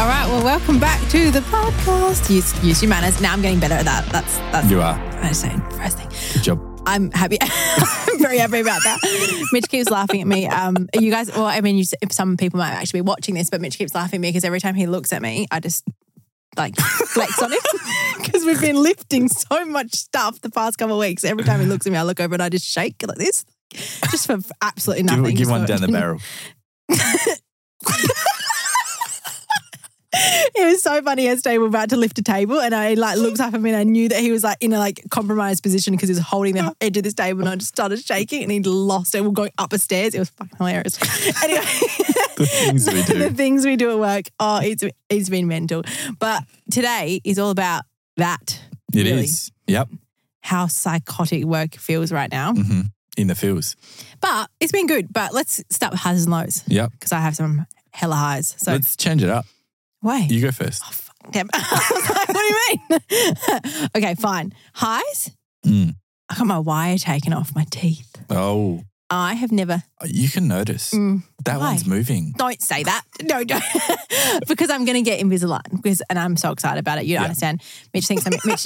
welcome back to the podcast. Use, use your manners. Now I'm getting better at that. That's that's You are. I was saying first thing. Good job. I'm happy. I'm very happy about that. Mitch keeps laughing at me. Um, you guys, well, I mean, you, if some people might actually be watching this, but Mitch keeps laughing at me because every time he looks at me, I just like flex on him because we've been lifting so much stuff the past couple of weeks. Every time he looks at me, I look over and I just shake like this, just for absolutely nothing. Give, give Just one for- down the barrel. It was so funny yesterday. We were about to lift a table, and I like looked up at me, and I knew that he was like in a like compromised position because he was holding the edge of this table, and I just started shaking, and he lost it. We're going up the stairs. It was fucking hilarious. Anyway, The things we the do. things we do at work. Oh, it's it's been mental. But today is all about that. It is. really. Yep. How psychotic work feels right now. hmm In the fields. But it's been good. But let's start with highs and lows Yep. because I have some hella highs. So Let's change it up. wait. You go first. Oh, fuck them. I was like, what do you mean? okay, fine. Highs. Mm. I got my wire taken off my teeth. Oh, I have never. you can notice Mm. that Why? one's moving. Don't say that. No, don't. because I'm going to get Invisalign. Because, and I'm so excited about it. You don't Yeah. understand. Mitch thinks I'm. Mitch,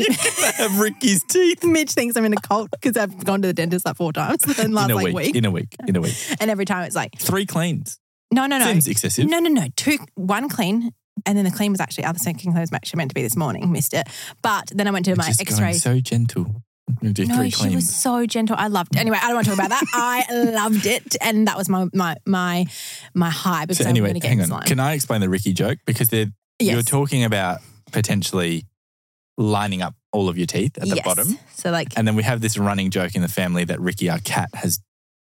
Have Ricky's teeth Mitch thinks I'm in a cult because I've gone to the dentist like four times in the last in a like week, week, In a week. In a week. and every time it's like, Three cleans. no, no, no, Seems excessive. No, no, no. Two, one clean, and then the clean was actually other second clean was actually meant to be this morning. Missed it, but then I went to my Just X-ray. going so gentle. You do No, three she was cleans. so gentle. I loved. Anyway, I don't want to talk about that. I loved it, and that was my my my my high because So I'm anyway, going to get hang this on. line. Can I explain the Ricky joke? Because they're, yes. you're talking about potentially lining up all of your teeth at the yes. bottom. So like And then we have this running joke in the family that Ricky, our cat, has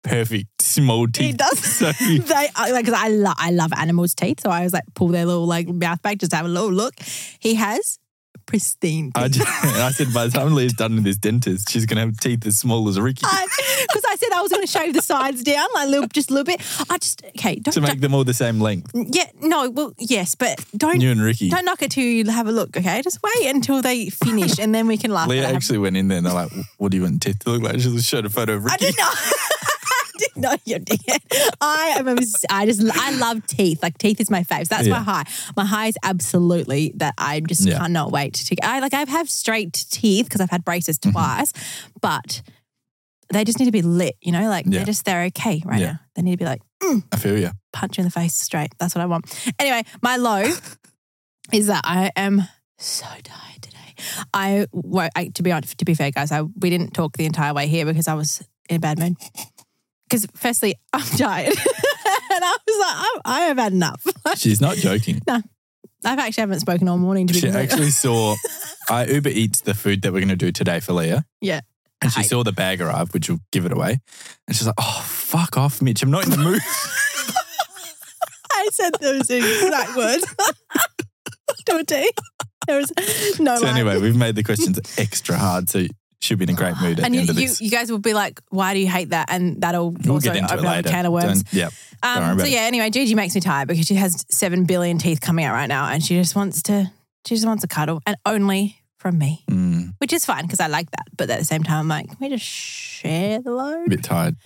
perfect small teeth. he does. So they I- like 'cause I lo- I love animals' teeth, so I was like pull their little like mouth back just have a little look. He has pristine I, teeth. just, and I said, by the time Leah's done with this dentist, she's going to have teeth as small as Ricky Because I, said I was going to shave the sides down like a little, just a little bit. I just okay. Don't, to make them all the same length. don't- yeah, no, well, yes, but don't You and Ricky. don't knock it till you have a look. Okay, just wait until they finish and then we can laugh. Leah at it. actually went in there and they're like, what do you want teeth to look like? She just showed a photo of I Ricky. did not. I did not. You did. I am. obs- I just. I love teeth. Like teeth is my fave. So that's my Yeah. high. My high is absolutely that I just Yeah. cannot wait to. I like. I've had straight teeth because I've had braces Mm-hmm. twice, but they just need to be lit. You know, like Yeah. they're just they're okay right Yeah. now. They need to be like I feel you. punch you in the face straight. That's what I want. Anyway, my low is that I am so tired today. I, wo- I to be honest, to be fair, guys, I we didn't talk the entire way here because I was in a bad mood. Because firstly, I'm tired, and I was like, I'm, I have had enough. She's not joking. I've actually haven't spoken all morning to be She completely- actually saw, I Uber Eats the food that we're going to do today for Leah. Yeah. And she Hate. saw the bag arrive, which will give it away. And she's like, oh, fuck off, Mitch. I'm not in the mood. I said those exact words. to a T. There was no. so lie. anyway, we've made the questions extra hard. So she'll be in a great mood at and the you, end of you, this. you guys will be like, why do you hate that? And that'll we'll also get into it open up a later. can of worms. Don't- yeah. Don't worry Um, so about it. yeah, anyway, Gigi makes me tired because she has seven billion teeth coming out right now, and she just wants to, she just wants a cuddle, and only from me, Mm, which is fine because I like that. But at the same time, I'm like, can we just share the a load? bit tired.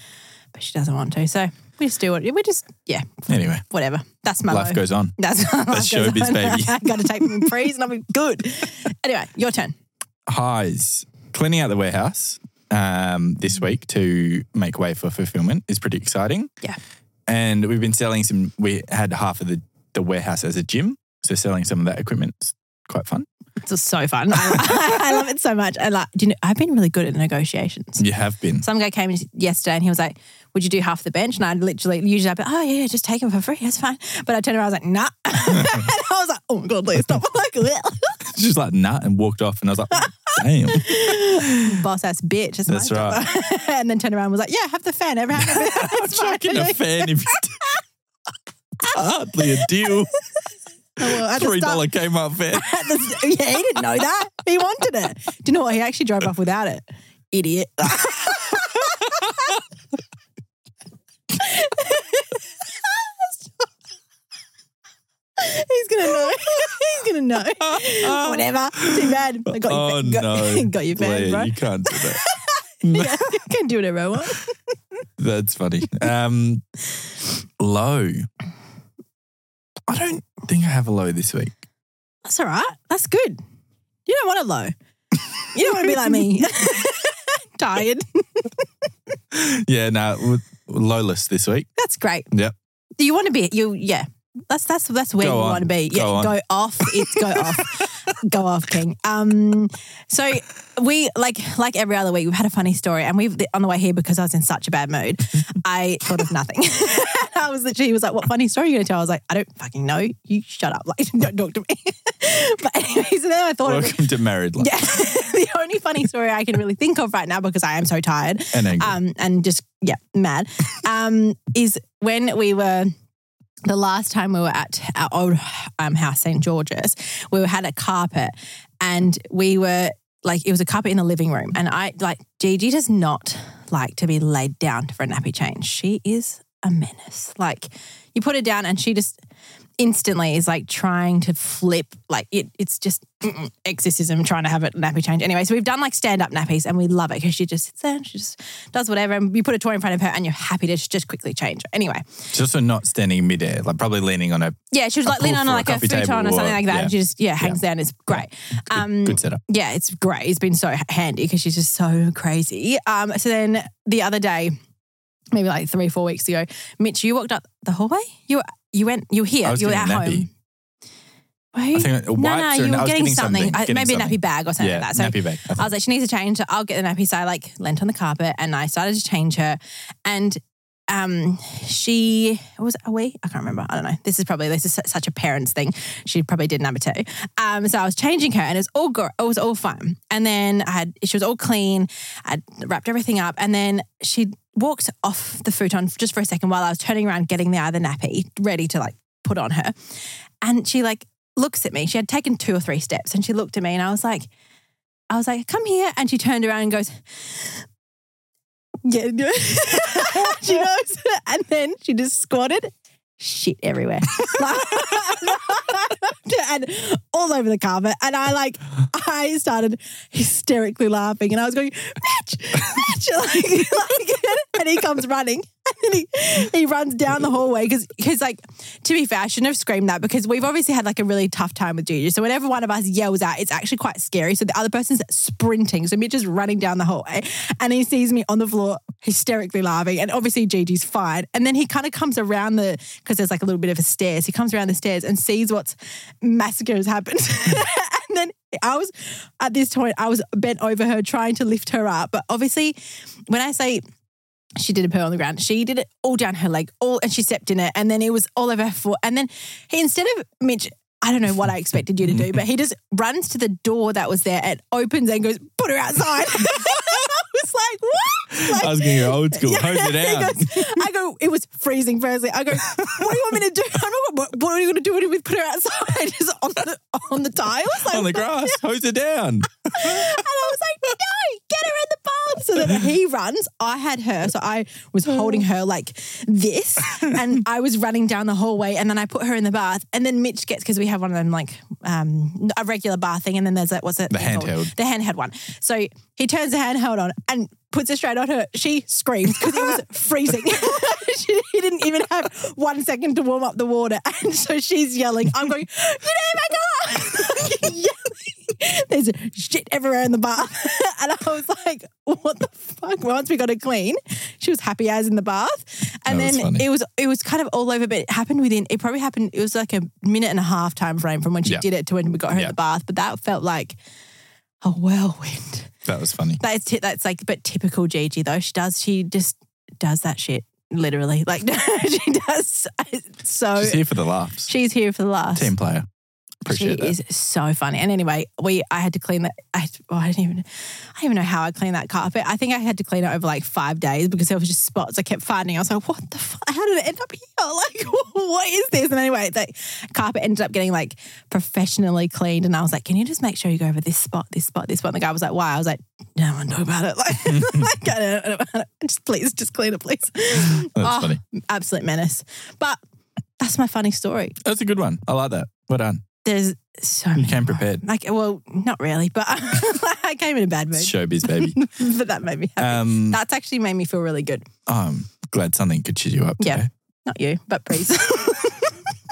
But she doesn't want to, so we just do what we just, yeah, Anyway, whatever. That's my life load. goes on. That's, That's showbiz, baby. I got to take my prees and I'll be good. Anyway, your turn. Highs. Cleaning out the warehouse um, this week to make way for fulfillment is pretty exciting. Yeah. And we've been selling some, we had half of the, the warehouse as a gym. So selling some of that equipment's quite fun. It's just so fun. I, I love it so much. I like. Do you know? I've been really good at negotiations. You have been. Some guy came in yesterday and he was like, Would you do half the bench? And I literally, usually I'd be, Oh, yeah, yeah, just take him for free. That's fine. But I turned around, I was like, Nah. and I was like, Oh my God, please stop. Like, She's like, nah, and walked off. And I was like, damn. Boss ass bitch. It's That's my job. and then turned around and was like, Yeah, have the fan. Everyone have the fan. It's fine. Chucking a fan if Hardly a deal. Oh, well, at the Three start- dollar Kmart fan. at the- yeah, he didn't know that. He wanted it. Do you know what? He actually drove off without it. Idiot. He's gonna know. He's gonna know. Whatever. Too bad. I got Oh your, got, no, got your bag, Leah, bro. you can't do that. yeah, you can do whatever I want. That's funny. Um, low. I don't think I have a low this week. that's all right. That's good. You don't want it low. You don't want to be like me. Tired. Yeah, no, we're lowless this week. That's great. Yep. Do you want to be you yeah. That's that's that's where Go you on. want to be. Yeah, Go go, on. off. It's go off. go off, King. Um so we like like every other week we've had a funny story and we've on the way here because I was in such a bad mood, I thought of nothing. I was literally he was like, What funny story are you gonna tell? I was like, I don't fucking know. You shut up. Like don't talk to me. but anyways, then I thought of it. Welcome to married life Yeah. the only funny story I can really think of right now because I am so tired and angry. um, and just yeah, mad. Um, is when we were the last time we were at our old um, house, St George's, we had a carpet, and we were like it was a carpet in the living room, and I like Gigi does not like to be laid down for a nappy change. She is a menace. Like you put her down, and she just instantly is like trying to flip like it, it's just mm-mm, exorcism trying to have a nappy change anyway so we've done like stand up nappies and we love it because she just sits there and she just does whatever and you put a toy in front of her and you're happy to just quickly change her. anyway She's also not standing midair, like probably leaning on a yeah she was like leaning pool on for a like a coffee table futon or something or- like that yeah. and she just yeah hangs down it's great um good setup. yeah, it's great. It's been so handy because she's just so crazy. Um, so then the other day, maybe like three, four weeks ago, Mitch, you walked up the hallway. You you went. You were here. I was you were at getting a nappy. home. Were you? I think wipes no, no, or you were I was getting, something. I- getting maybe something. a nappy bag or something Yeah, like that. So nappy bag. I I think. was like, she needs a change. So I'll get the nappy. So I like leant on the carpet and I started to change her. And um, she was it a wee. I can't remember. I don't know. This is probably this is su- such a parents thing. She probably did number two. Um, so I was changing her, and it was all gr- it was all fine. And then I had she was all clean. I wrapped everything up, and then she walked off the futon just for a second while I was turning around, getting the other nappy ready to like put on her. And she like looks at me. She had taken two or three steps, and she looked at me, and I was like. I was like, come here. And she turned around and goes, yeah, yeah. she goes, and then she just squatted, shit everywhere. Like- and all over the carpet. And I like, I started hysterically laughing and I was going, Mitch, Mitch. Like, like, and he comes running. And then he, he runs down the hallway because, because like, to be fair, I shouldn't have screamed that because we've obviously had like a really tough time with Juju. So whenever one of us yells out, it's actually quite scary. So the other person's sprinting. So Mitch is running down the hallway and he sees me on the floor hysterically laughing. And obviously Gigi's fine. And then he kind of comes around the because there's like a little bit of a stairs. He comes around the stairs and sees what's massacre has happened. and then I was at this point, I was bent over her trying to lift her up. But obviously, when I say she did a poo on the ground. She did it all down her leg, all and she stepped in it, and then it was all over her foot. And then he, instead of Mitch, I don't know what I expected you to do, but he just runs to the door that was there and opens and goes, "Put her outside." I was like, "What?" Like, I was going to go old school, hose it he out. goes- I go, it was freezing firstly. I go, what do you want me to do? I'm not, what, what are you going to do with put her outside? Just on the, on the tiles? Like, on the grass, hose it down. and I was like, no, get her in the barn. So then he runs. I had her. So I was holding her like this. And I was running down the hallway. And then I put her in the bath. And then Mitch gets, because we have one of them like um, a regular bath thing. And then there's that, what's it? The thing called? handheld. The handheld one. So he turns the handheld on and puts it straight on her. She screams because it was freezing. she, he didn't even have one second to warm up the water. And so she's yelling. I'm going, you know, my God. yelling. There's shit everywhere in the bath. and I was like, what the fuck? Once we got her clean, she was happy as in the bath. And Oh, that's then funny. it was it was kind of all over, but it happened within it probably happened, it was like a minute and a half time frame from when she Yeah. did it to when we got her in Yeah. the bath. But that felt like a whirlwind. That was funny. That's ti that's like, but typical Gigi though. She does. She just does that shit literally. Like she does. uh, So She's here for the laughs. she's here for the last. Team player. She Appreciate that. is so funny. And anyway, we I had to clean that. I, well, I didn't even I don't even know how I cleaned that carpet. I think I had to clean it over like five days because there was just spots. I kept finding. I was like, what the fuck? How did it end up here? Like, what is this? And anyway, the carpet ended up getting like professionally cleaned. And I was like, can you just make sure you go over this spot, this spot, this spot? And the guy was like, why? I was like, no, I want to talk about it. Like, like I don't, I don't, I don't- just please, just clean it, please. That's That's funny. Absolute menace. But that's my funny story. That's a good one. I like that. Well done. There's so You many came prepared. like, well, not really, but I came in a bad mood. It's showbiz, baby. but that made me happy. Um, That's actually made me feel really good. I'm glad something could cheer you up. Yeah. Today. Not you, but please.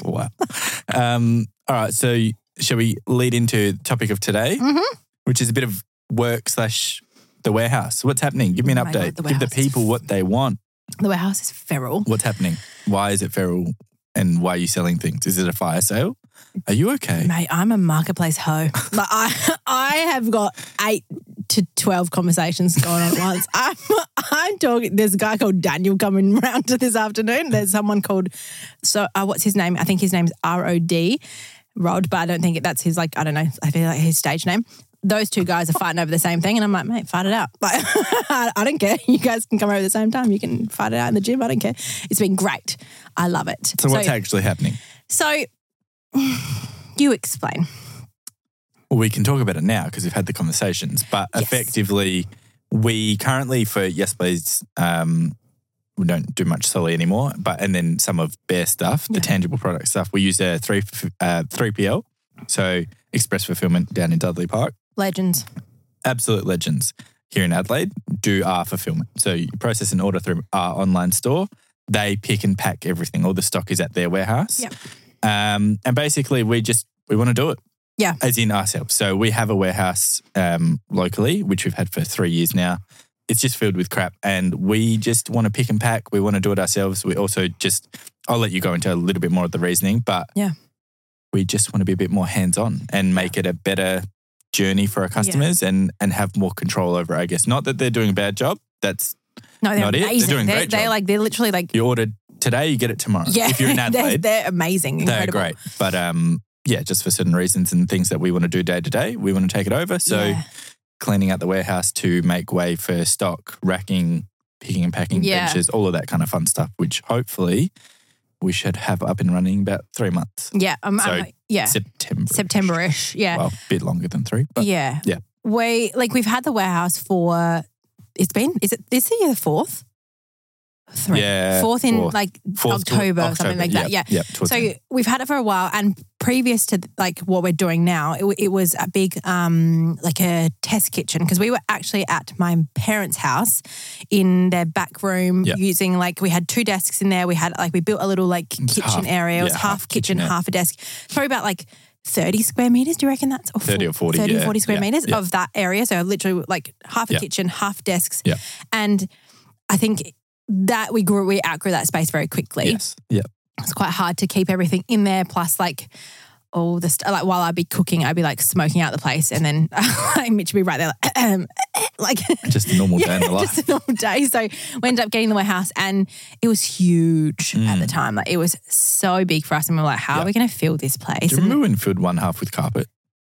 Wow. Um, all right. So shall we lead into the topic of today, Mm-hmm. which is a bit of work slash the warehouse? What's happening? Give me an Oh my God, update. the Give the warehouse. people what they want. The warehouse is feral. What's happening? Why is it feral? And why are you selling things? Is it a fire sale? Are you okay? Mate, I'm a marketplace hoe. Like I, I have got eight to twelve conversations going on at once. I'm, I'm talking. There's a guy called Daniel coming round to this afternoon. There's someone called, so uh, what's his name? I think his name's R O D, Rod. But I don't think that's his. Like I don't know. I feel like his stage name. Those two guys are fighting over the same thing, and I'm like, mate, fight it out. Like, I I don't care. You guys can come over at the same time. You can fight it out in the gym. I don't care. It's been great. I love it. So, what's actually happening? So, you explain. Well, we can talk about it now because we've had the conversations, but Yes. effectively, we currently for Yes Please, um, we don't do much Sully anymore, but and then some of Bear stuff, the Yeah. tangible product stuff, we use a three uh, 3PL, so express fulfillment down in Dudley Park. Legends. Absolute legends here in Adelaide do our fulfillment. So you process an order through our online store. They pick and pack everything. All the stock is at their warehouse. Yep. Um, and basically, we just we want to do it. Yeah. As in ourselves. So we have a warehouse um, locally, which we've had for three years now. It's just filled with crap, and we just want to pick and pack. We want to do it ourselves. We also just I'll let you go into a little bit more of the reasoning, but Yeah. we just want to be a bit more hands on and make it a better journey for our customers and and have more control over. it, I guess not that they're doing a bad job. That's No, they're Not it. They're amazing. doing they're, great they're job. like they're literally like you ordered today, you get it tomorrow. yeah. if you're in they're, Adelaide, they're amazing. they're incredible. great. But um, yeah, just for certain reasons and things that we want to do day to day, we want to take it over. So yeah. cleaning out the warehouse to make way for stock, racking, picking and packing Yeah. benches, all of that kind of fun stuff, which hopefully we should have up and running about three months. yeah, um, So, um, yeah, September. September-ish. Yeah, Well, a bit longer than three, but yeah, yeah. We like we've had the warehouse for it's been is it this year the fourth, three, Yeah, fourth in fourth. like fourth to- October, or something like that. Yeah, Yep, yep, towards the So end. we've had it for a while, and previous to like what we're doing now, it, w- it was a big um like a test kitchen because we were actually at my parents' house in their back room Yeah. using like we had two desks in there. We had like we built a little like kitchen half- area. It was yeah, half, half kitchen, kitchenette. half a desk. Probably about like. 30 square meters, do you reckon that's or 30 or 40, 30 yeah, 40 square yeah, meters yeah. of that area? So literally like half a Yeah. kitchen, half desks. Yeah. And I think that we grew, we outgrew that space very quickly yes, yeah, it's quite hard to keep everything in there. Plus, like all the st- like while I'd be cooking, I'd be like smoking out the place, and then like, Mitch would be right there, like, like just a normal day in the life. just a normal day. So we ended up getting the warehouse, and it was huge at Mm. the time. Like it was so big for us, and we were like, "How are we going to fill this place?" Do you And- remember when filled one half with carpet?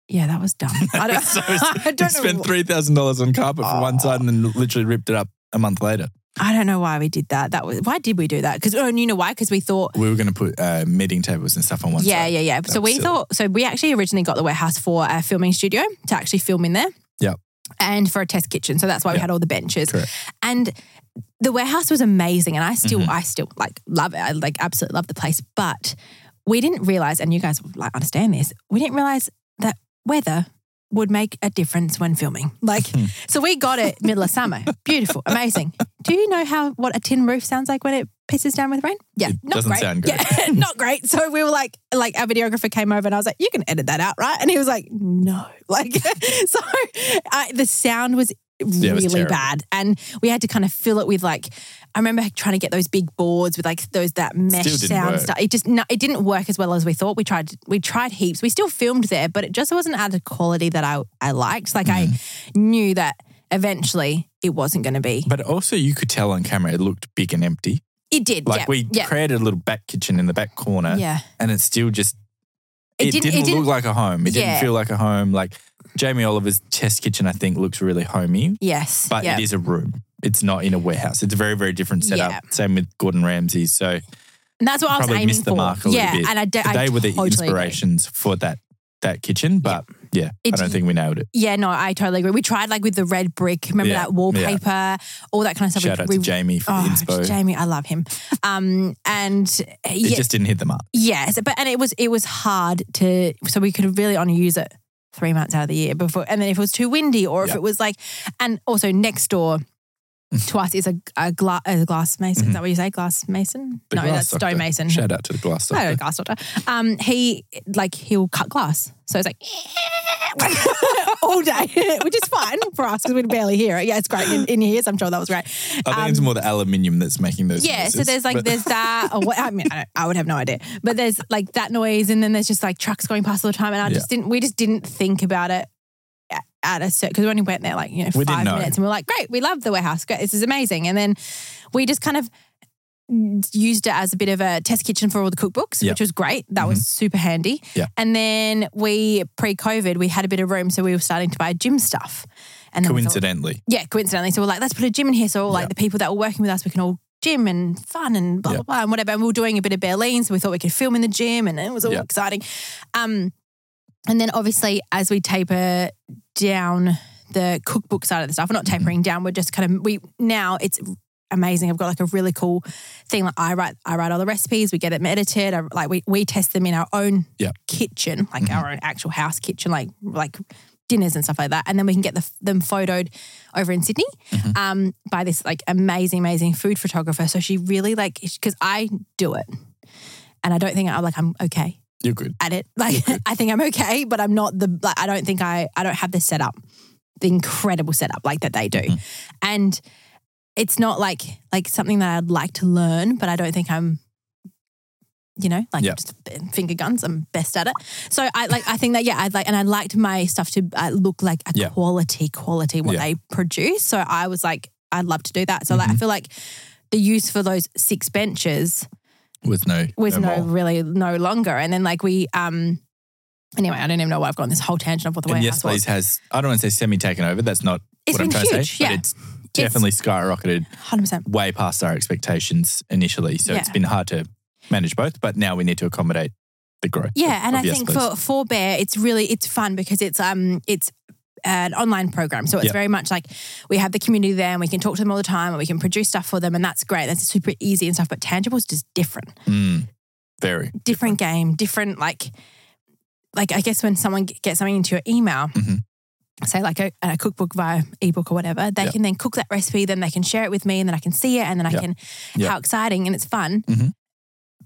yeah, that was dumb. I don't, So I we don't know. spent three thousand dollars on carpet for one side and then literally ripped it up a month later. I don't know why we did that. That was why did we do that? Because oh, and you know why? Because we thought We were going to put uh, meeting tables and stuff on one Yeah, side. yeah, yeah. So That's we silly. thought, so we actually originally got the warehouse for a filming studio to actually film in there. Yep. And for a test kitchen. So that's why we Yep. had all the benches. Correct. And the warehouse was amazing. And I still, Mm-hmm. I still like love it. I like absolutely love the place. But we didn't realize, and you guys will, like understand this, we didn't realize that weather would make a difference when filming. Like, Hmm. so we got it middle of summer. Beautiful, amazing. Do you know how what a tin roof sounds like when it pisses down with rain? Yeah, It not doesn't great. sound good. Yeah, not great. So we were like, like our videographer came over and I was like, you can edit that out, right? And he was like, no. Like, so uh, the sound was it was really terrible. bad, and we had to kind of fill it with like. I remember trying to get those big boards with like those that mesh didn't sound work. stuff. It just no, it didn't work as well as we thought. We tried we tried heaps. We still filmed there, but it just wasn't at a quality that I I liked. Like I knew that eventually it wasn't going to be. Mm-hmm. But also, you could tell on camera it looked big and empty. It did. Like yeah, we yeah, created a little back kitchen in the back corner, yeah. and it's still just. It, didn't, it look like a home. It Yeah. didn't feel like a home. Like Jamie Oliver's test kitchen, I think, looks really homey, Yes. but yeah. it is a room. It's not in a warehouse. It's a very, very different setup. Yeah. Same with Gordon Ramsay. So And that's what I was probably aiming missed the for. mark a little yeah, bit. and I, d- I they were the totally agree. inspirations for that that kitchen. But yeah, I It- don't think we nailed it. Yeah, no, I totally agree. We tried like with the red brick, remember Yeah, that wallpaper, all that kind of stuff. Shout we, out we, to Jamie for the Oh, inspo. Jamie, I love him. Um, and uh, It yeah, just didn't hit the mark. yes, but and it was it was hard to so we could really only use it three months out of the year before, and then if it was too windy or if Yeah. it was like, and also next door. to us is a, a, gla- a glass mason. Is that what you say? Glass mason? Mm-hmm. The no, glass that's doctor. stone mason. Shout out to the glass I don't know, doctor. glass doctor. Um, he like he'll cut glass, so it's like all day, which is fine for us because we barely hear it. Yeah, it's great in, in your ears. I'm sure that was great. I think it's more the aluminium that's making those. um, Yeah, so noises, there's like but- there's that. Or what, I mean, I, don't, I would have no idea, but there's like that noise, and then there's just like trucks going past all the time, and I Yeah. just didn't. We just didn't think about it at- at a certain because we only went there like you know We didn't five know. minutes, and we were like, great, we love the warehouse, great, this is amazing, and then we just kind of used it as a bit of a test kitchen for all the cookbooks, Yeah. Mm-hmm. which was great. That was super handy. Yeah. And then we pre-COVID, we had a bit of room, so we were starting to buy gym stuff. And then we thought- coincidentally. yeah, coincidentally. So we're like, let's put a gym in here. So all like Yeah. the people that were working with us, we can all gym and fun and blah, Yeah. blah, blah, and whatever. And we were doing a bit of Berlin. So we thought we could film in the gym and it was all Yeah. exciting. Um, and then obviously, as we taper down the cookbook side of the stuff, we're not Mm-hmm. tapering down, we're just kind of, we now it's amazing. I've got like a really cool thing. Like I write, I write all the recipes, we get them edited. I, like we, we test them in our own Yeah. kitchen, like our own actual house kitchen, like, like, dinners and stuff like that and then we can get the, them photoed over in Sydney um, by this like amazing, amazing food photographer. So she really like because I do it, and I don't think I'm like I'm okay You're good. at it. Like I think I'm okay, but I'm not the like I don't think I I don't have the setup, the incredible setup like that they do, Mm-hmm. and it's not like like something that I'd like to learn, but I don't think I'm. You know, like Yeah. just finger guns. I'm best at it. So I like. I think that yeah. I like, and I liked my stuff to uh, look like a Yeah. quality, quality what Yeah. Mm-hmm. they produce. So I was like, I'd love to do that. So like, I feel like the use for those six benches With no. was no, more. really no longer. And then like we um anyway, I don't even know why I've gone on this whole tangent of what the And warehouse yes, was. please has. I don't want to say semi taken over. That's not It's what I'm been trying to huge, say. yeah. But it's definitely skyrocketed Hundred percent. way past our expectations initially. So it's Yeah. been hard to manage both. But now we need to accommodate the growth. Yeah, and of I Yes, think Please. for for Bear, it's really it's fun because it's um it's an online program, so it's Yeah. very much like we have the community there, and we can talk to them all the time, and we can produce stuff for them, and that's great. That's super easy and stuff. But tangibles just different. Mm, very. different game, different like, like I guess when someone g- gets something into your email, Mhm. say like a, a cookbook via ebook or whatever, they Yeah. can then cook that recipe, then they can share it with me, and then I can see it, and then I Yeah. can Yeah. how exciting and it's fun. Mhm.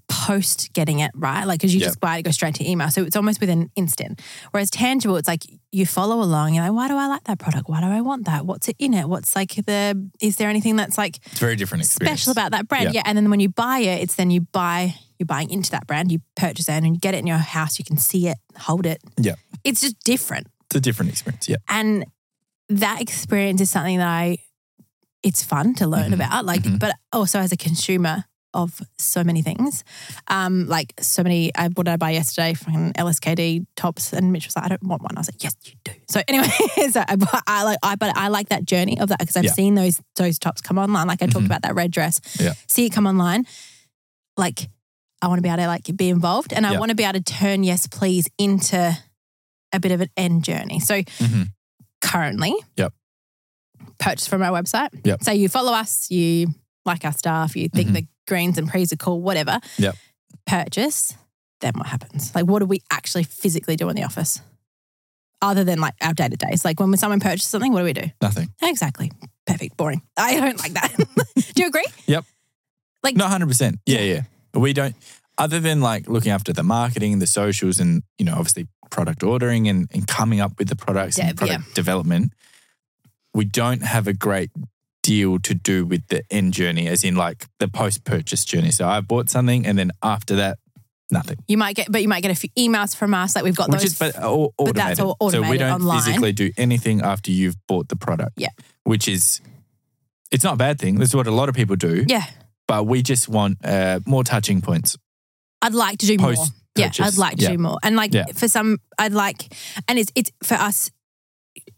Post getting it right, like because you Yeah. just buy it, it, goes straight to email, so it's almost within instant. Whereas tangible, it's like you follow along. You're like, why do I like that product? Why do I want that? What's it in it? What's like the? Is there anything that's like It's a very different experience. special about that brand. Yeah. Yeah. And then when you buy it, it's then you buy, you're buying into that brand, you purchase it and you get it in your house, you can see it, hold it. Yeah. It's just different. It's a different experience. Yeah. And that experience is something that I, it's fun to learn Mhm. about. Like, Mhm. but also as a consumer of so many things, um, like so many, I, what did I buy yesterday? Fucking LSKD tops. And Mitch was like, I don't want one. I was like, yes, you do. So anyway, so I, bu- I like, I, but I like that journey of that because I've Yeah. seen those, those tops come online. Like I talked Mhm. about that red dress Yeah. see it come online, like I want to be able to like be involved and I Yeah. want to be able to turn yes please into a bit of an end journey. So Mhm. currently, Yep. purchase from our website. Yep. So you follow us, you like our stuff, you think Mhm. the greens and pre's are cool, whatever. Yep. Purchase, then what happens? Like what do we actually physically do in the office? Other than like our day to days, like when someone purchases something, what do we do? Nothing. Exactly. Perfect. Boring. I don't like that. do you agree? No, hundred percent. Yeah, yeah. We don't. Other than like looking after the marketing, the socials, and you know, obviously product ordering and, and coming up with the products and Dev, yeah. product development, we don't have a great deal to do with the end journey, as in like the post purchase journey. So I bought something, and then after that, nothing. You might get, but you might get a few emails from us. Like we've got Which those. is but all but automated. that's all So we automated don't online. physically do anything after you've bought the product. Yeah. Which is, it's not a bad thing. This is what a lot of people do. yeah, But we just want uh, more touching points. I'd like to do more. Post Yeah, I'd purchase. like to Yeah. do more. And like Yeah. for some, I'd like, and it's it's for us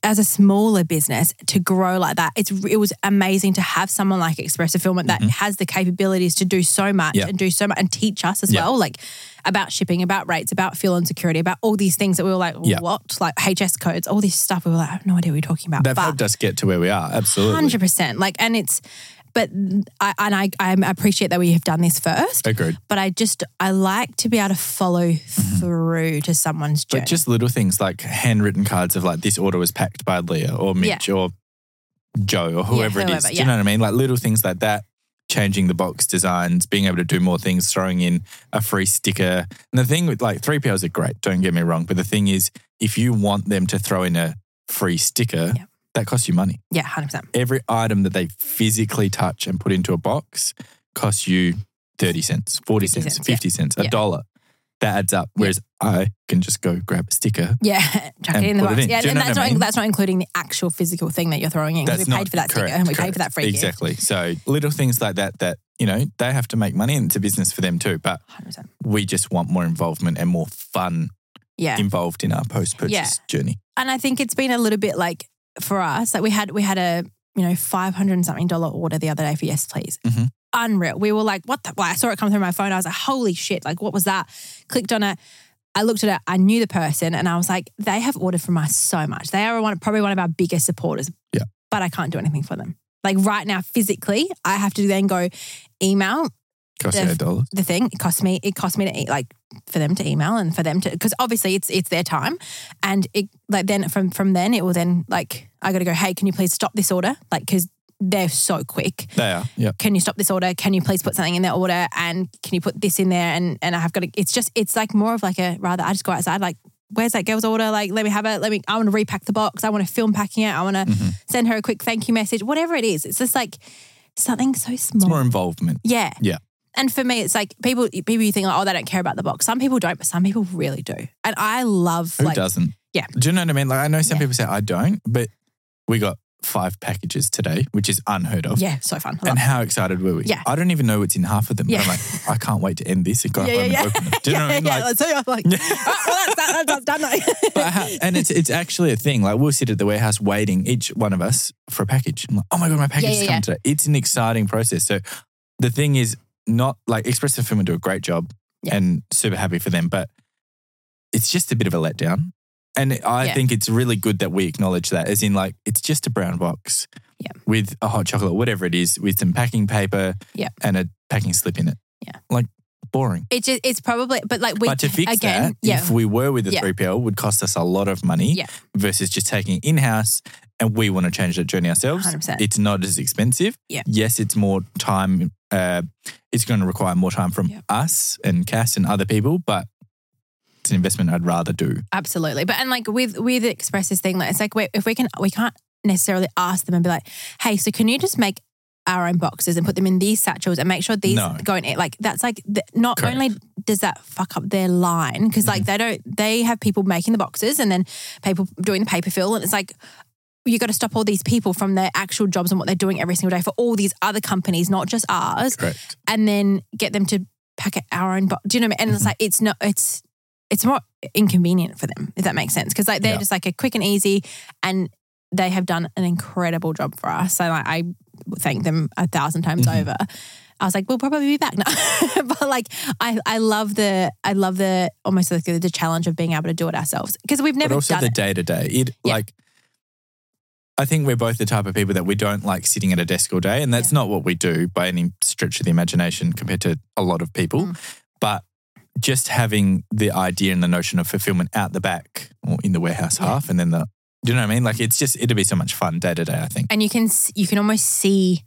as a smaller business to grow like that. It's it was amazing to have someone like Express Fulfillment that has the capabilities to do so much Mm-hmm. Yeah. and do so much and teach us as Yeah. well, like about shipping, about rates, about fuel and security, about all these things that we were like, Yeah. what, like HS codes, all this stuff. We were like, I have no idea what you're talking about. They've But- helped us get to where we are. Absolutely. Hundred percent. Like, and it's, but I and I, I appreciate that we have done this first. Agreed. But I just I like to be able to follow through to someone's journey. Mm-hmm. But just little things like handwritten cards of like this order was packed by Leah or Mitch or Joe or whoever, it whoever, is. Do you yeah. know what I mean? Like little things like that, changing the box designs, being able to do more things, throwing in a free sticker. And the thing with like 3PLs are great, don't get me wrong. But the thing is, if you want them to throw in a free sticker, Yeah. that costs you money. Yeah, 100%. Every item that they physically touch and put into a box costs you 30 cents, 40 50 cents, cents, yeah. 50 cents, a Yeah. dollar. That adds up. Whereas I can just go grab a sticker. Yeah, chuck it And in the put it box. in. Yeah, Do you and know what that's I not mean? that's not including the actual physical thing that you're throwing in because we That's paid not for that correct, sticker and we paid correct. for that free gift. Exactly. So little things like that that, you know, they have to make money and it's a business for them too. But 100%. we just want more involvement and more fun Yeah, involved in our post purchase Yeah. journey. and I think it's been a little bit like for us like we had we had a you know five hundred and something dollar order the other day for yes please. Mhm. Unreal. We were like, what the? Well, I saw it come through my phone. I was like, holy shit! Like, what was that? Clicked on it. I looked at it. I knew the person, and I was like, they have ordered from us so much. They are one, probably one of our biggest supporters. Yeah. But I can't do anything for them. Like right now, physically, I have to then go email Cost you Def- a dollar. the thing. It cost me. It cost me to eat like for them to email and for them to because obviously it's it's their time, and it like then from from then it will then like I got to go. Hey, can you please stop this order? Like because they're so quick. They are. Yeah. Can you stop this order? Can you please put something in their order? And can you put this in there? And and I have got to. It's just it's like more of like a rather. I just go outside like. Where's that girl's order? Like, let me have it. Let me. I want to repack the box. I want to film packing it. I want to Mhm. send her a quick thank you message. Whatever it is, it's just like something so It's small. more involvement. Yeah. Yeah. And for me, it's like people people you think like, oh, they don't care about the box. Some people don't, but some people really do. And I love Who like doesn't? yeah. Do you know what I mean? Like I know some Yeah. people say I don't, but we got five packages today, which is unheard of. Yeah, so fun. I love And how excited were we? Yeah. I don't even know what's in half of them. Yeah. But I'm like, I can't wait to end this and go Yeah, home yeah, and yeah. open it. Do you know what I mean? yeah, Like, so you're like, oh, well, that's, that, that's done. But I ha- and it's it's actually a thing. Like we'll sit at the warehouse waiting, each one of us, for a package. I'm like, oh my god, my package yeah, has come yeah. today. It's an exciting process. So the thing is, not like Express and Fulfillment do a great job, Yeah. and super happy for them. But it's just a bit of a letdown. And I Yeah. think it's really good that we acknowledge that, as in like it's just a brown box Yeah. with a hot chocolate, whatever it is, with some packing paper Yeah. and a packing slip in it. Yeah. like boring. It just it's probably, but like we but to fix again, that, yeah, if we were with a Yeah. 3PL, would cost us a lot of money Yeah. versus just taking it in house and we want to change that journey ourselves. 100%. It's not as expensive. Yeah. Yes, it's more time. Uh, it's going to require more time from Yeah. us and Cass and other people, but it's an investment I'd rather do. absolutely. But and like with with Express's thing, like it's like wait, if we can, we can't necessarily ask them and be like, hey, so can you just make our own boxes and put them in these satchels and make sure these No. go in it. Like that's like the, not Correct. Mm-hmm. only does that fuck up their line because like they don't they have people making the boxes and then people doing the paper fill and it's like you got to stop all these people from their actual jobs and what they're doing every single day for all these other companies, not just ours Correct. and then get them to pack it our own box. Do you know what I mean? And Mm-hmm. it's like it's not it's it's more inconvenient for them if that makes sense because like they're Yeah. just like a quick and easy, and they have done an incredible job for us. So like I thank them a thousand times Mhm. over. I was like, we'll probably be back now, but like I I love the I love the almost like the, the challenge of being able to do it ourselves because we've But never also done the it. day to day. It Yeah. like, I think we're both the type of people that we don't like sitting at a desk all day. And that's not what we do by any stretch of the imagination compared to a lot of people. Mm. But just having the idea and the notion of fulfillment out the back or in the warehouse Yeah. half and then the, do you know what I mean? Like it's just, it'll be so much fun day to day, I think. and you can s- you can almost see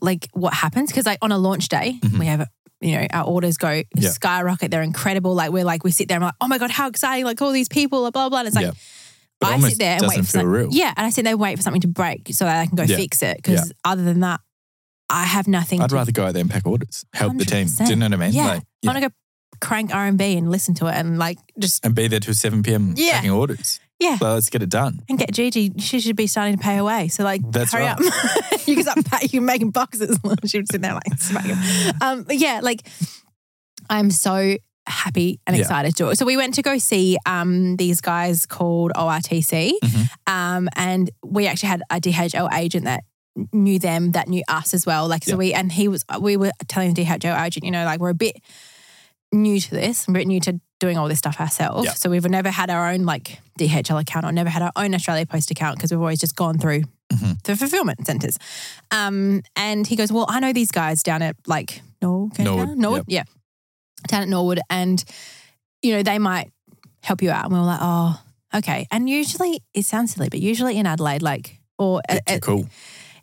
like what happens because like on a launch day Mhm. we have you know our orders go Yeah. skyrocket they're incredible like we're like we sit there and we're like oh my god how exciting like all these people blah blah blah and it's like Yeah. It I almost sit there and wait doesn't for feel some- real. yeah and I sit there and wait for something to break so that I can go Yeah. fix it Yeah. because other than that I have nothing I'd to rather go out there and pack orders, help the team. Do you 100%. know what I mean? Yeah. Like, I want to go crank R&B and listen to it and like just and be there till 7 p.m. Yeah. packing orders. Yeah. Well, let's get it done. and get Gigi she should be starting to pay away so like That's hurry right. up you can start pack, you're making boxes she would sit there like smacking um but yeah like I'm so happy and Yeah. excited to do it. So we went to go see um these guys called ORTC. Mhm. Um and we actually had a DHL agent that knew them that knew us as well. Like so Yeah. we and he was we were telling the DHL agent, you know, like we're a bit new to this, we're a bit new to doing all this stuff ourselves. Yeah. So we've never had our own like DHL account or never had our own Australia Post account because we've always just gone through Mhm. the fulfillment centres. Um and he goes, Well, I know these guys down at like Norwood. Norwood, Norwood. Yeah down at Norwood and, you know, they might help you out. And we were like, oh, okay. And usually it sounds silly, but usually in Adelaide, like or It's too cool.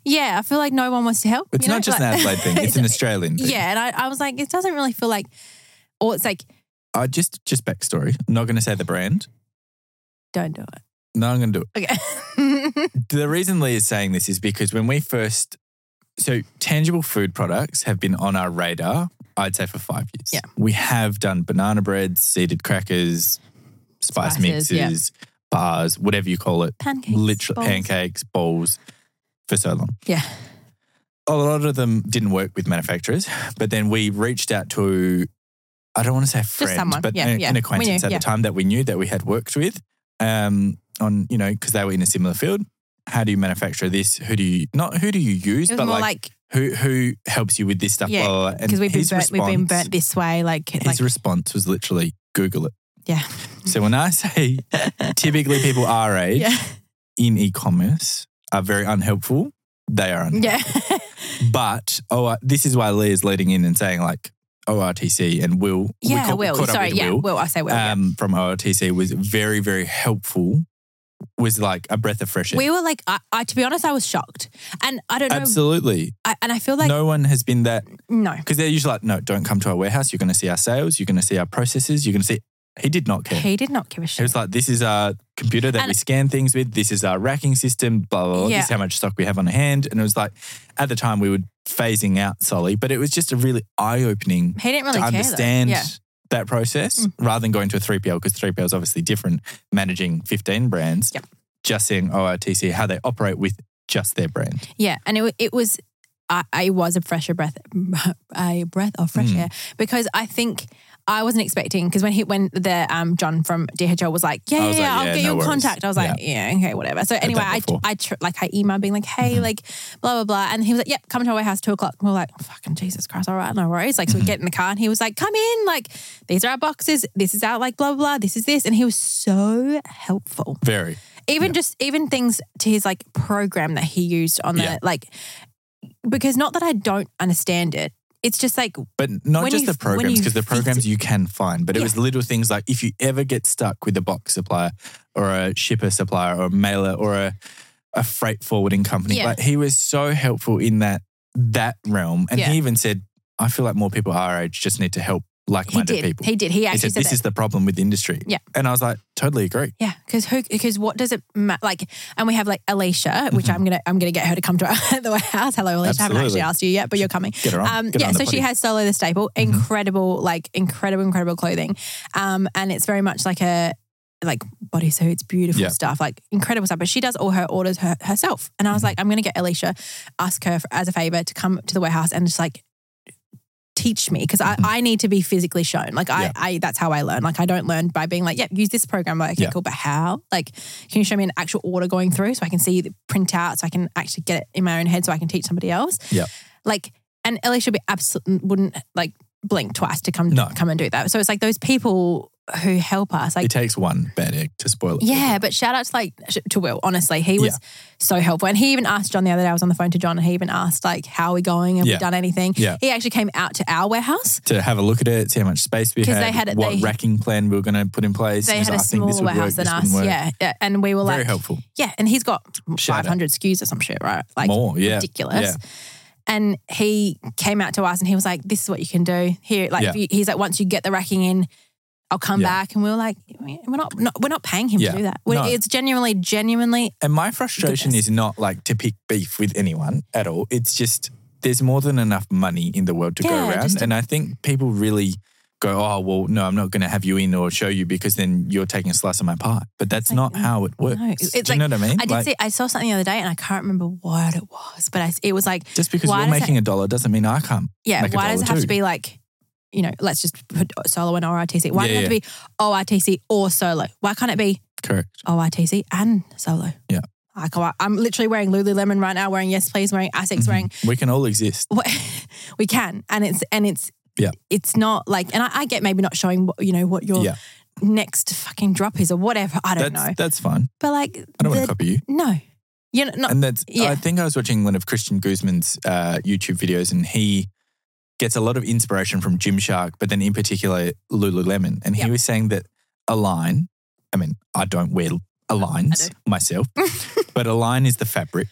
yeah, I feel like no one wants to help. It's you know? not just Like- an Adelaide thing. It's an Australian thing. yeah, and I, I was like, it doesn't really feel like, or it's like, I just just backstory. I'm not going to say the brand. don't do it. No, I'm going to do Okay, it. The reason Lee is saying this is because when we first, so tangible food products have been on our radar. I'd say for five years. Yeah. we have done banana bread, seeded crackers, spice Spices, yeah. mixes, bars, whatever you call it. pancakes, literally bowls. pancakes, bowls for so long. Yeah. A lot of them didn't work with manufacturers, but then we reached out to, I don't want to say a friend, someone. but Yeah, an, yeah. an We acquaintance knew, at yeah. the time that we knew that we had worked with um, on, you know, because they were in a similar field. How do you manufacture this? Who do you, not who do you use, It was but more like, like who who helps you with this stuff? Yeah, blah, blah, blah. And because we've been his burnt, we've been response- burnt this way, like His like response was literally Google it. yeah, So when I say typically people our age, yeah, in e-commerce are very unhelpful. They are, unhelpful. yeah, but oh, uh, this is why Lee is leading in and saying like ORTC and Will. we yeah. caught- we Will, caught up sorry, with yeah, Will, Will. I say Will. yeah. um, from ORTC was very very helpful. Was like a breath of fresh air. We were like, I, I, to be honest, I was shocked, and I don't know, Absolutely, I, and I feel like no one has been that no, because they're usually like, no, don't come to our warehouse. You're going to see our sales. You're going to see our processes. You're going to see. He did not care. he did not give a It shit. was like, this is our computer that And- we scan things with. This is our racking system, blah, blah, blah. Yeah. This is how much stock we have on hand. And it was like, at the time, we were phasing out Solly, but it was just a really eye opening he didn't really to care. though. understand Yeah. that process Mm. rather than going to a 3PL because 3PL is obviously different, managing 15 brands, Yep. just seeing ORTC, how they operate with just their brand. Yeah, and it wa- it was I, I was a fresher breath, a breath of fresh Mm. air because I think I wasn't expecting because when he when the um John from DHL was like, yeah, I yeah, was like, yeah, I'll yeah, get no your worries. contact. I was like, yeah, okay, whatever. So anyway, that I before. Mm-hmm. I tr- like I emailed being like, hey, like blah blah blah, and he was like, yep, come to our warehouse two o'clock. And we we're like, "Oh, fucking Jesus Christ, all right, no worries. Like so Mm-hmm. we get in the car and he was like, come in, like these are our boxes, this is our like blah blah, blah this is this, and he was so helpful Very. even Yeah. just even things to his like program that he used on the Yeah. like because not that I don't understand it. It's just like But not When just you- the when programs, you because the fit programs you can find, but it Yeah. was little things like if you ever get stuck with a box supplier or a shipper supplier or a mailer or a, a freight forwarding company, Yeah. like he was so helpful in that that realm. And Yeah. he even said, I feel like more people our age just need to help like he minded did. people. He did. He He actually said, said, This that. is the problem with the industry. Yeah. And I was like, totally agree. yeah, because who? Because what does it matter? Like, and we have like Alicia, which I'm gonna I'm gonna get her to come to our, the warehouse. Hello, Alicia. I haven't Mm-hmm. Absolutely. actually asked you yet, but you're coming. Get her Um, on. Get yeah, her on the Mm-hmm. so she potty. has Solo the Staple, incredible, like incredible, incredible clothing, um, and it's very much like a like bodysuits, beautiful Yeah. stuff, like incredible stuff. But she does all her orders her, herself, and I Mm-hmm. was like, I'm gonna get Alicia, ask her for, as a favor to come to the warehouse and just like teach me because I, I need to be physically shown. Like I, Mm-hmm. Yeah. I that's how I learn. Like I don't learn by being like, yeah, use this program. Like, okay, Yeah. cool, but how? Like, can you show me an actual order going through so I can see the printout, so I can actually get it in my own head, so I can teach somebody else. Yeah. Like, and Ellie should be absolutely wouldn't like blink twice to come No. come and do that. So it's like those people who help us, like it takes one bad egg to spoil it. yeah, but shout out to like sh- to Will. Honestly, he was so helpful, and he even asked John the other day. I was on the phone to John, and he even asked like, "How are we going? Have Yeah. we done anything?" Yeah. He actually came out to our warehouse. To have a look at it, see how much space we 'Cause had, they had it- what they- racking plan we were going to put in place. They He was had a like, I think smaller this would work, warehouse than this wouldn't us. work. Yeah, yeah, and we were Very like, helpful. yeah, and he's got Shout out. 500 SKUs or some shit, right? Like More, yeah. ridiculous. Yeah. And he came out to us and he was like, "This is what you can do here." Like Yeah. if you- he's like, "Once you get the racking in, I'll come Yeah. back." And we were like, "We're not, not we're not paying him Yeah. to do that. We're- No. It's genuinely, genuinely And my frustration Goodness. is not like to pick beef with anyone at all. It's just there's more than enough money in the world to Yeah, go around. just a- and I think people really go, oh, well, no, I'm not going to have you in or show you because then you're taking a slice of my pie. But that's like, not mm, how it works. it's- it's Do you know what I mean? I did Like, see. I saw something the other day, and I can't remember what it was, but I, it was like, just because why you're does it- making a dollar doesn't mean I can't. yeah, Make a why does dollar it have to too. be like, you know, let's just put solo and ORTC? Why Yeah, does it have to be ORTC or solo? Why can't it be Correct. ORTC and solo? Yeah. I can't, I'm literally wearing Lululemon right now, wearing Yes Please, wearing Asics, Mhm. wearing We can all exist. what we can, and it's and it's Yeah. it's not like, and I, I get maybe not showing what you know what your Yeah. next fucking drop is or whatever. I don't that's, know, that's fine. but like, I don't want the- to copy you. no, you know, not And that's, yeah. I think I was watching one of Christian Guzman's uh, YouTube videos and he gets a lot of inspiration from Gymshark, but then in particular Lululemon. And Yep. he was saying that Align, I mean, I don't wear Aligns myself, But a line is the fabric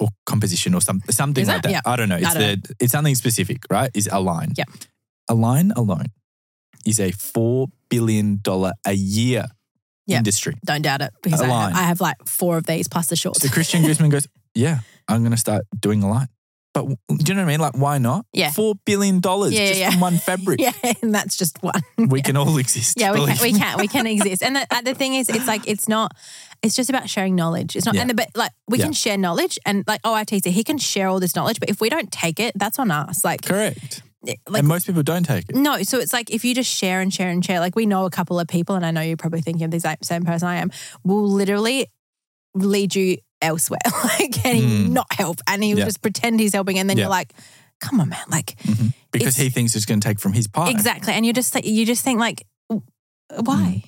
or composition or some, something Is like it? that. Yeah. I don't know. It's don't the it's something specific, right? Is a line. Yeah. A line alone is a four billion dollar a year Yeah. industry. Don't doubt it because A I line. have, I have like four of these plus the shorts. So Christian Guzman goes, Yeah, I'm gonna start doing a line. But w- do you know what I mean? Like, why not? Yeah. Four billion dollars Yeah, just yeah, from one fabric. yeah, and that's just one. We can all exist. Yeah, we believe can, we me. can we can exist. And the, uh, the thing is, it's like it's not. It's just about sharing knowledge. It's not, Yeah. and the, but like we Yeah. can share knowledge, and like oh, OITC, he can share all this knowledge. But if we don't take it, that's on us. Like, it- Correct. like and most people don't take it. no. So it's like if you just share and share and share. Like we know a couple of people, and I know you're probably thinking of the exact same person I am. Will literally lead you elsewhere. like, and he Mm. not help, and he will Yeah. just pretend he's helping, and then Yeah. you're like, come on, man, like It's- Because he thinks it's gonna take from his pie. exactly. And you're just like you just think like, w- why?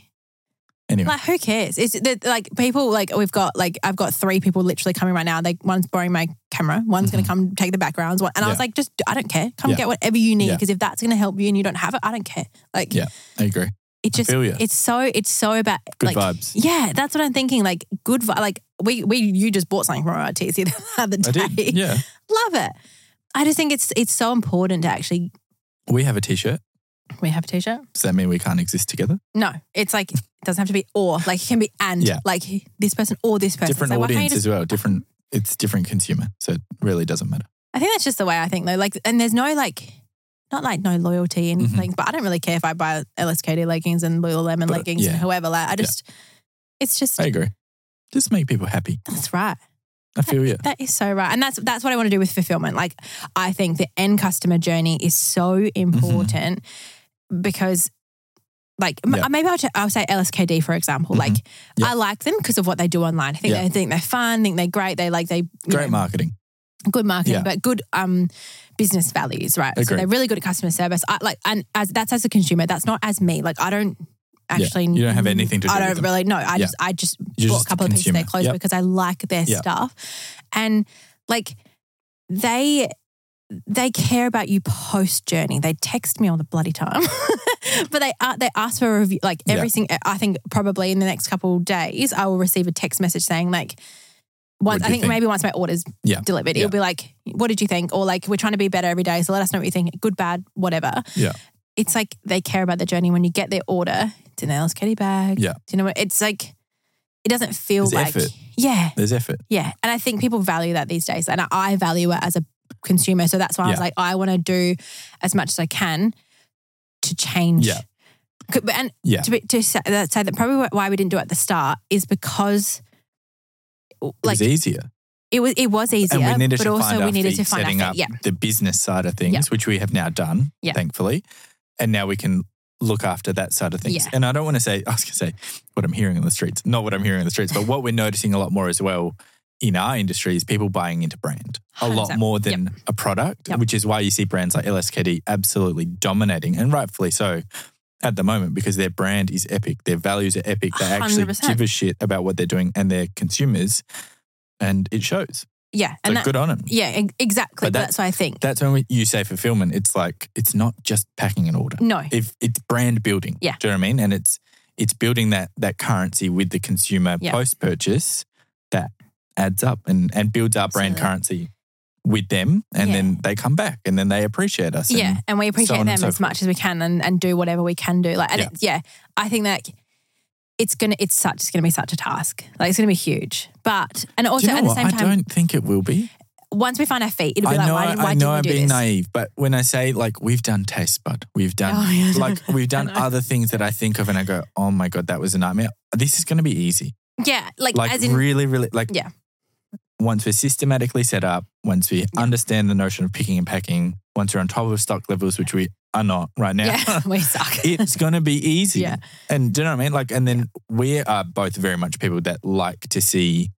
Anyway. Like who cares? It's the, like people like we've got like I've got three people literally coming right now. They one's borrowing my camera, one's going to come take the backgrounds, one, and I was Mm-hmm. Yeah. like, just I don't care. Come Yeah. get whatever you need Yeah. because if that's going to help you and you don't have it, I don't care. Like Yeah. I agree. it just feel ya. it's so it's so about Good like vibes. yeah, that's what I'm thinking. Like good vi- like we we you just bought something from RTC the other I day. did. Yeah. Love it. I just think it's it's so important to actually We have a t shirt. we have a t-shirt. Does that mean we can't exist together? No, it's like it doesn't have to be or like it can be and Yeah. like this person or this person. different It's like, why can't you audience just as well. Different. It's different consumer, so it really doesn't matter. I think that's just the way I think though. Like, and there's no like, not like no loyalty and Mhm. things, but I don't really care if I buy LSKD leggings and Lululemon But, uh, leggings and yeah. whoever. Like, I Yeah. just, it's just, I agree. Just make people happy. that's right. I feel you. That is so right. And that's, that's what I want to do with fulfillment. Like, I think the end customer journey is so Mm-hmm. important because like m- Yeah. maybe I'll, t- I'll say LSKD for example. Mhm. Like Yeah. I like them because of what they do online. I think Yeah. they think they're fun. Think they're great. They like they you Great know, marketing. good marketing, Yeah. but good um, business values, right? So Agree. they're really good at customer service. I, like, and as that's as a consumer, that's not as me. Like, I don't actually. You don't have anything to do I with don't them. really know. I Yeah. just, I just You're bought just a couple of pieces of consumer. their clothes Yep. because I like their Yeah. stuff, and like they. They care about you post journey. They text me all the bloody time, but they are, they ask for a review. Like Yeah. everything, I think probably in the next couple of days, I will receive a text message saying like, What once do I you think, think? maybe once my orders Yeah. delivered, Yeah. it'll be like, what did you think? Or like, we're trying to be better every day, so let us know what you think. Good, bad, whatever. Yeah. It's like they care about the journey when you get their order. It's an Alice Kitty bag. Yeah. Do you know what? It's like it doesn't feel There's like effort. yeah, There's effort. yeah. And I think people value that these days, and I value it as a consumer. So that's why I was Yeah. like, I want to do as much as I can to change. Yeah. Co- but- And Yeah. to, be, to say that say that probably why we didn't do it at the start is because like it was easier. it was it was easier, And we needed but to also find we our needed feet to find setting our up feet. Yeah, the business side of things, Yeah. which we have now done, Yeah. thankfully. And now we can look after that side of things. Yeah. And I don't want to say, I was going to say what I'm hearing in the streets, not what I'm hearing in the streets, but what we're noticing a lot more as well in our industry is people buying into brand a lot 100%. more than a product, Yep. which is why you see brands like LSKD absolutely dominating and rightfully so at the moment because their brand is epic, their values are epic. They actually 100%. give a shit about what they're doing and their consumers. And it shows. yeah, So and that, good on them. yeah, ex- exactly. But But that's- that's, what I think. That's when we, you say fulfillment. It's like it's not just packing an order. No, If it's brand building. Yeah. Do you know what I mean? And it's it's building that that currency with the consumer Yeah. post purchase that adds up and and builds our brand Absolutely. currency with them, and Yeah. then they come back and then they appreciate us. and- yeah, and we appreciate on and them so as much as we can, and, and do whatever we can do. Like, and Yeah. It's, yeah, I think that it's gonna it's such it's gonna be such a task. Like, it's gonna be huge. But and Do also you know at the what? same I time, don't think it will be. once we find our feet, it'll be I like, know. why, did, why I know. didn't we I'm do being this? naive, but when I say like we've done taste bud, we've done Oh, yeah. like we've done know. other things that I think of, and I go, oh my god, that was a nightmare. This is going to be easy. Yeah, like, like as in really, really like Yeah. Once we're systematically set up, once we understand the notion of picking and packing, once we're on top of stock levels, which we are not right now, yeah, we suck. it's gonna be easy. Yeah. And do you know what I mean? Like, and then we are both very much people that like to see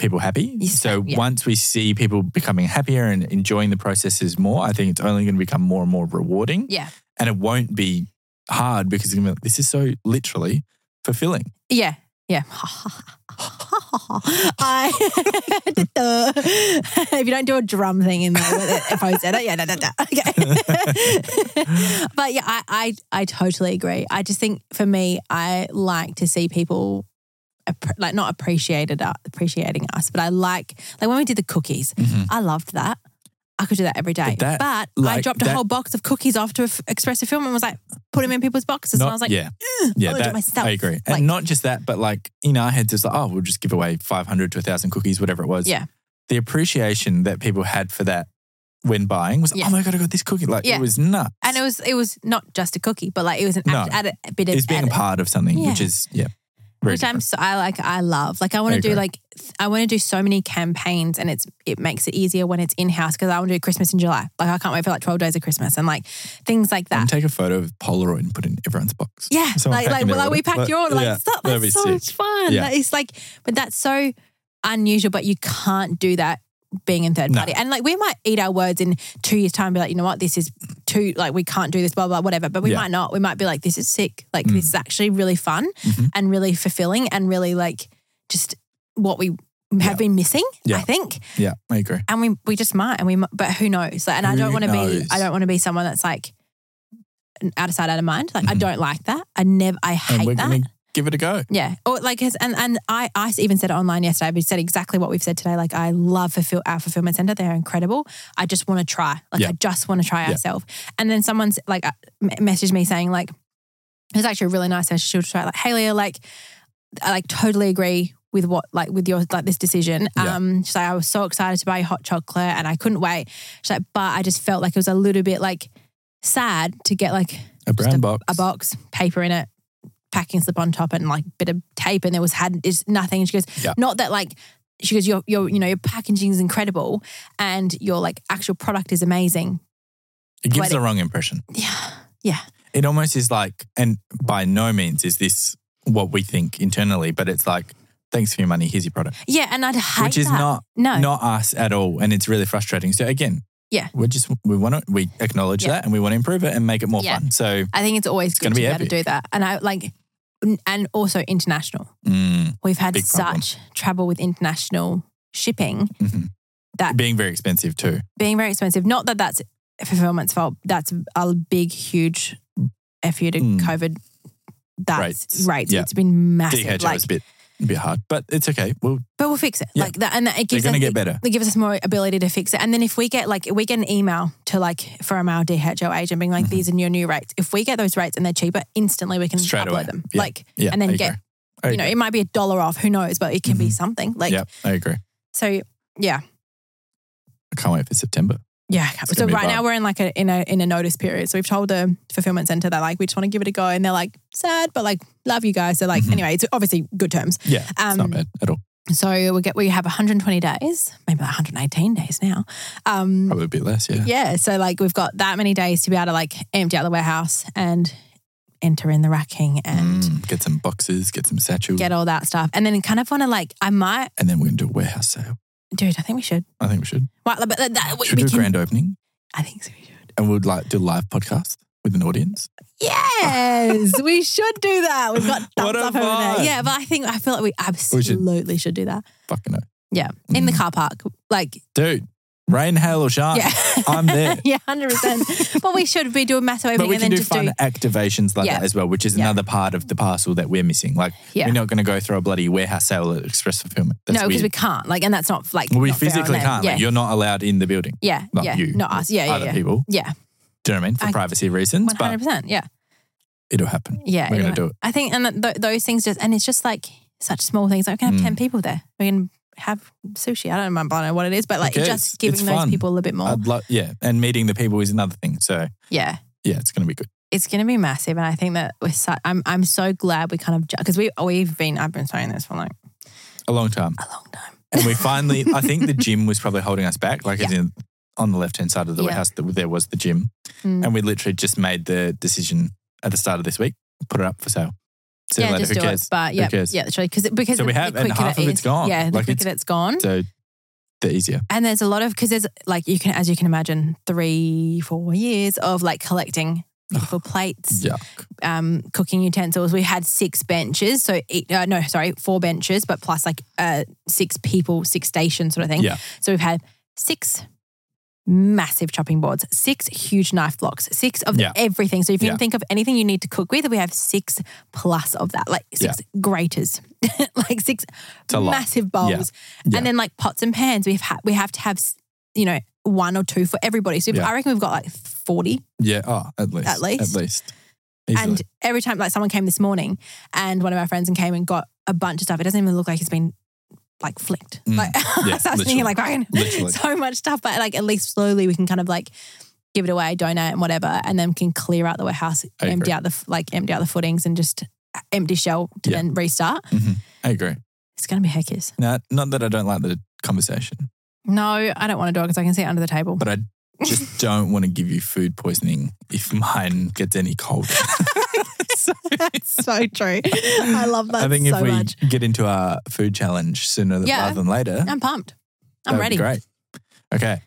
people happy. Yes, so yeah. once we see people becoming happier and enjoying the processes more, I think it's only gonna become more and more rewarding. Yeah. And it won't be hard because it's gonna be like, this is so literally fulfilling. Yeah. Yeah. I if you don't do a drum thing in there with it, if I said it, yeah, da, da, da. okay. but yeah, I, I I totally agree. I just think for me, I like to see people appre- like not appreciated uh, appreciating us, but I like like when we did the cookies. Mhm. I loved that. I could do that every day. But that- But, I like, dropped a that- whole box of cookies off to F- Expressive Film and was like, put them in people's boxes. and I was like, yeah, I yeah, wanna do it that, myself. I agree. And Like- not just that, but like in our heads, it's like, oh, we'll just give away 500 to 1,000 cookies, whatever it was. Yeah. The appreciation that people had for that when buying was, Yeah. oh my God, I got this cookie. Like, Yeah. it was nuts. and it was it was not just a cookie, but like it was an No. act, added, a bit of it's being a added- part of something, which Yeah. is, yeah. very which I'm different. so, I like I love. Like I want I to do agree. like th- I want to do so many campaigns and it's it makes it easier when it's in house because I want to do Christmas in July. Like I can't wait for like 12 days of Christmas and like things like And that. take a photo of Polaroid and put it in everyone's box. Yeah, Someone like pack like, in well, their like we order. packed your order. Like yeah, stuff, that'd that's be so sick. much fun. Yeah. Like, it's like, but that's so unusual. But you can't do that being in third No. party. And like we might eat our words in two years time. And be like, you know what, this is too like we can't do this. Blah blah whatever. But we Yeah. might not. We might be like, this is sick. Like Mm. this is actually really fun Mhm. and really fulfilling and really like just what we have Yeah. been missing. Yeah. I think Yeah, I agree. and we we just might and we mi- but who knows like, and i Who don't want to be knows? i don't want to be someone that's like an out of sight out of mind like i Mhm. don't like that i never i And we're hate that going to give it a go. yeah or like 'cause- and and i i even said it online yesterday we said exactly what we've said today like i love fulfill our fulfillment center they're incredible i just want to try like Yeah. i just want to try Yeah. ourselves and then someone's like uh, m- messaged me saying like it was actually a really nice session. She was try like, "Hey Leah, like, I like totally agree with what like with your like this decision." Yeah. Um, she's like, "I was so excited to buy you hot chocolate and I couldn't wait." She's like, "But I just felt like it was a little bit like sad to get like A brown box. a box, paper in it, packing slip on top, and like bit of tape, and there was had is nothing." And she goes, Yeah. "Not that like." She goes, your, your, you know, your packaging is incredible, and your like actual product is amazing. It gives Wait. the wrong impression. Yeah, it almost is like, and by no means is this what we think internally, but it's like, thanks for your money, here's your product, yeah, and I'd hate which is that. not no, not us at all, and it's really frustrating. So again, Yeah. we just we want to we acknowledge Yeah. that and we want to improve it and make it more Yeah. fun. So I think it's always good gonna to be be able to do that. And I like, n- and also international. mm, We've had Big problem. such trouble with international shipping mhm. That- being very expensive too. being very expensive. Not that that's fulfillment's fault. That's a big, huge F you to Mm. COVID. That's Rates. right. Yeah. It's been massive. DHL Like, is a bit a bit hard, but it's okay. Well, but we'll fix it. Yeah. Like that, and that, it they're gives going to us, get better. it gives us more ability to fix it. And then if we get like we get an email to like from our DHL agent being like, Mhm. these are your new rates. If we get those rates and they're cheaper, instantly we can Straight upload away. them. Yeah. Like Yeah, and then I agree. get I you know, agree. it might be a dollar off, who knows, but it can Mm-hmm. be something. Like, yeah, I agree. so yeah, I can't wait for September. yeah. It's So gonna be right bad. now we're in like a, in a, in a notice period. So we've told the fulfillment center that like, we just want to give it a go. And they're like, sad, but like, love you guys. So like, Mhm. anyway, it's obviously good terms. Yeah, it's not Um, bad at all. So we get, we have 120 days, maybe like 118 days now. Um, Probably a bit less. Oh, Yeah, yeah. So like, we've got that many days to be able to like empty out the warehouse and enter in the racking and Mm, get some boxes, get some satchels, get all that stuff. And then kind of want to like, I might, and then we're going to do a warehouse sale. dude, I think we should. I think we should. Well, but that, that, we, Should we do a can- grand opening I think so. We should. and we'd like do a live podcast with an audience. Yes, we should do that. We've got What thumbs a up over there. vibe. Yeah, but I think I feel like we absolutely should. do that Fucking it. Yeah. in the Mm. Uh, car park. Like, Dude, rain, hail, or shine. yeah, I'm there. yeah, hundred percent. But we should be doing massive But opening we and can then do just fun do. activations like Yeah. that as well, which is Yeah. another part of the parcel that we're missing. Like, Yeah. we're not going to go through a bloody warehouse sale at Express Fulfillment. That's No, because we weird. can't. Like, and that's not like Well, we not fair on physically them. can't. Yeah, Like, you're not allowed in the building. yeah, Not yeah. you. Not us. Yeah, Other yeah, yeah. people. Yeah, Do you know what I mean? For I- privacy reasons, one but hundred percent. Yeah, it'll happen. yeah. We're yeah. going to do it. I think, and th- th- those things just, and it's just like such small things. Like, we can have Mm. ten people there. We can have sushi. I don't know, I don't know what it is, but like cares? just giving It's those fun. people a little bit more. I'd lo- yeah. And meeting the people is another thing. So, yeah. yeah, it's going to be good. it's going to be massive, and I think that we're. So, I'm I'm so glad we kind of because we we've been I've been saying this for like A long time. a long time. And we finally, I think the gym was probably holding us back. Like, as in, on the left hand side of the Yeah. warehouse, th- there was the gym. Mm. And we literally just made the decision at the start of this week, put it up for sale. See you yeah, later. just Who do cares? it. But yeah, cares? yeah, literally because because So we the have, and quicker half it of it's is- gone. Yeah, the Like, quicker it's gone, So the easier. and there's a lot of because there's like you can as you can imagine three four years of like collecting. Beautiful plates, Yuck. um, cooking utensils. We had six benches, so eight, uh, no, sorry, four benches, but plus like uh, six people, six stations, sort of thing. Yeah. So we've had six massive chopping boards, six huge knife blocks, six of Yeah. everything. So if you Yeah. can think of anything you need to cook with, we have six plus of that, like six graters. like six a lot. massive bowls, Yeah. and then like pots and pans. We've ha- we have to have you know one or two for everybody. So if- Yeah. I reckon we've got like forty Yeah. Oh, at least. At least. At least. Easily. And every time, like someone came this morning, and one of our friends and came and got a bunch of stuff. It doesn't even look like it's been like flicked. Mm. Like Yeah, so I was thinking, literally. like fucking Literally. so much stuff, but like at least slowly we can kind of like give it away, donate and whatever, and then can clear out the warehouse, I empty agree. out the f- like empty out the footings, and just empty shell to Yeah. then restart. I agree. It's gonna be heckers. Now, not that I don't like the conversation, No, I don't want to do it because I can see it under the table. but I just don't want to give you food poisoning if mine gets any cold. That's so true. I love that I think so if we much. get into our food challenge sooner Yeah. Uh-huh. rather than later, I'm pumped. I'm that'd be ready. Great. Okay.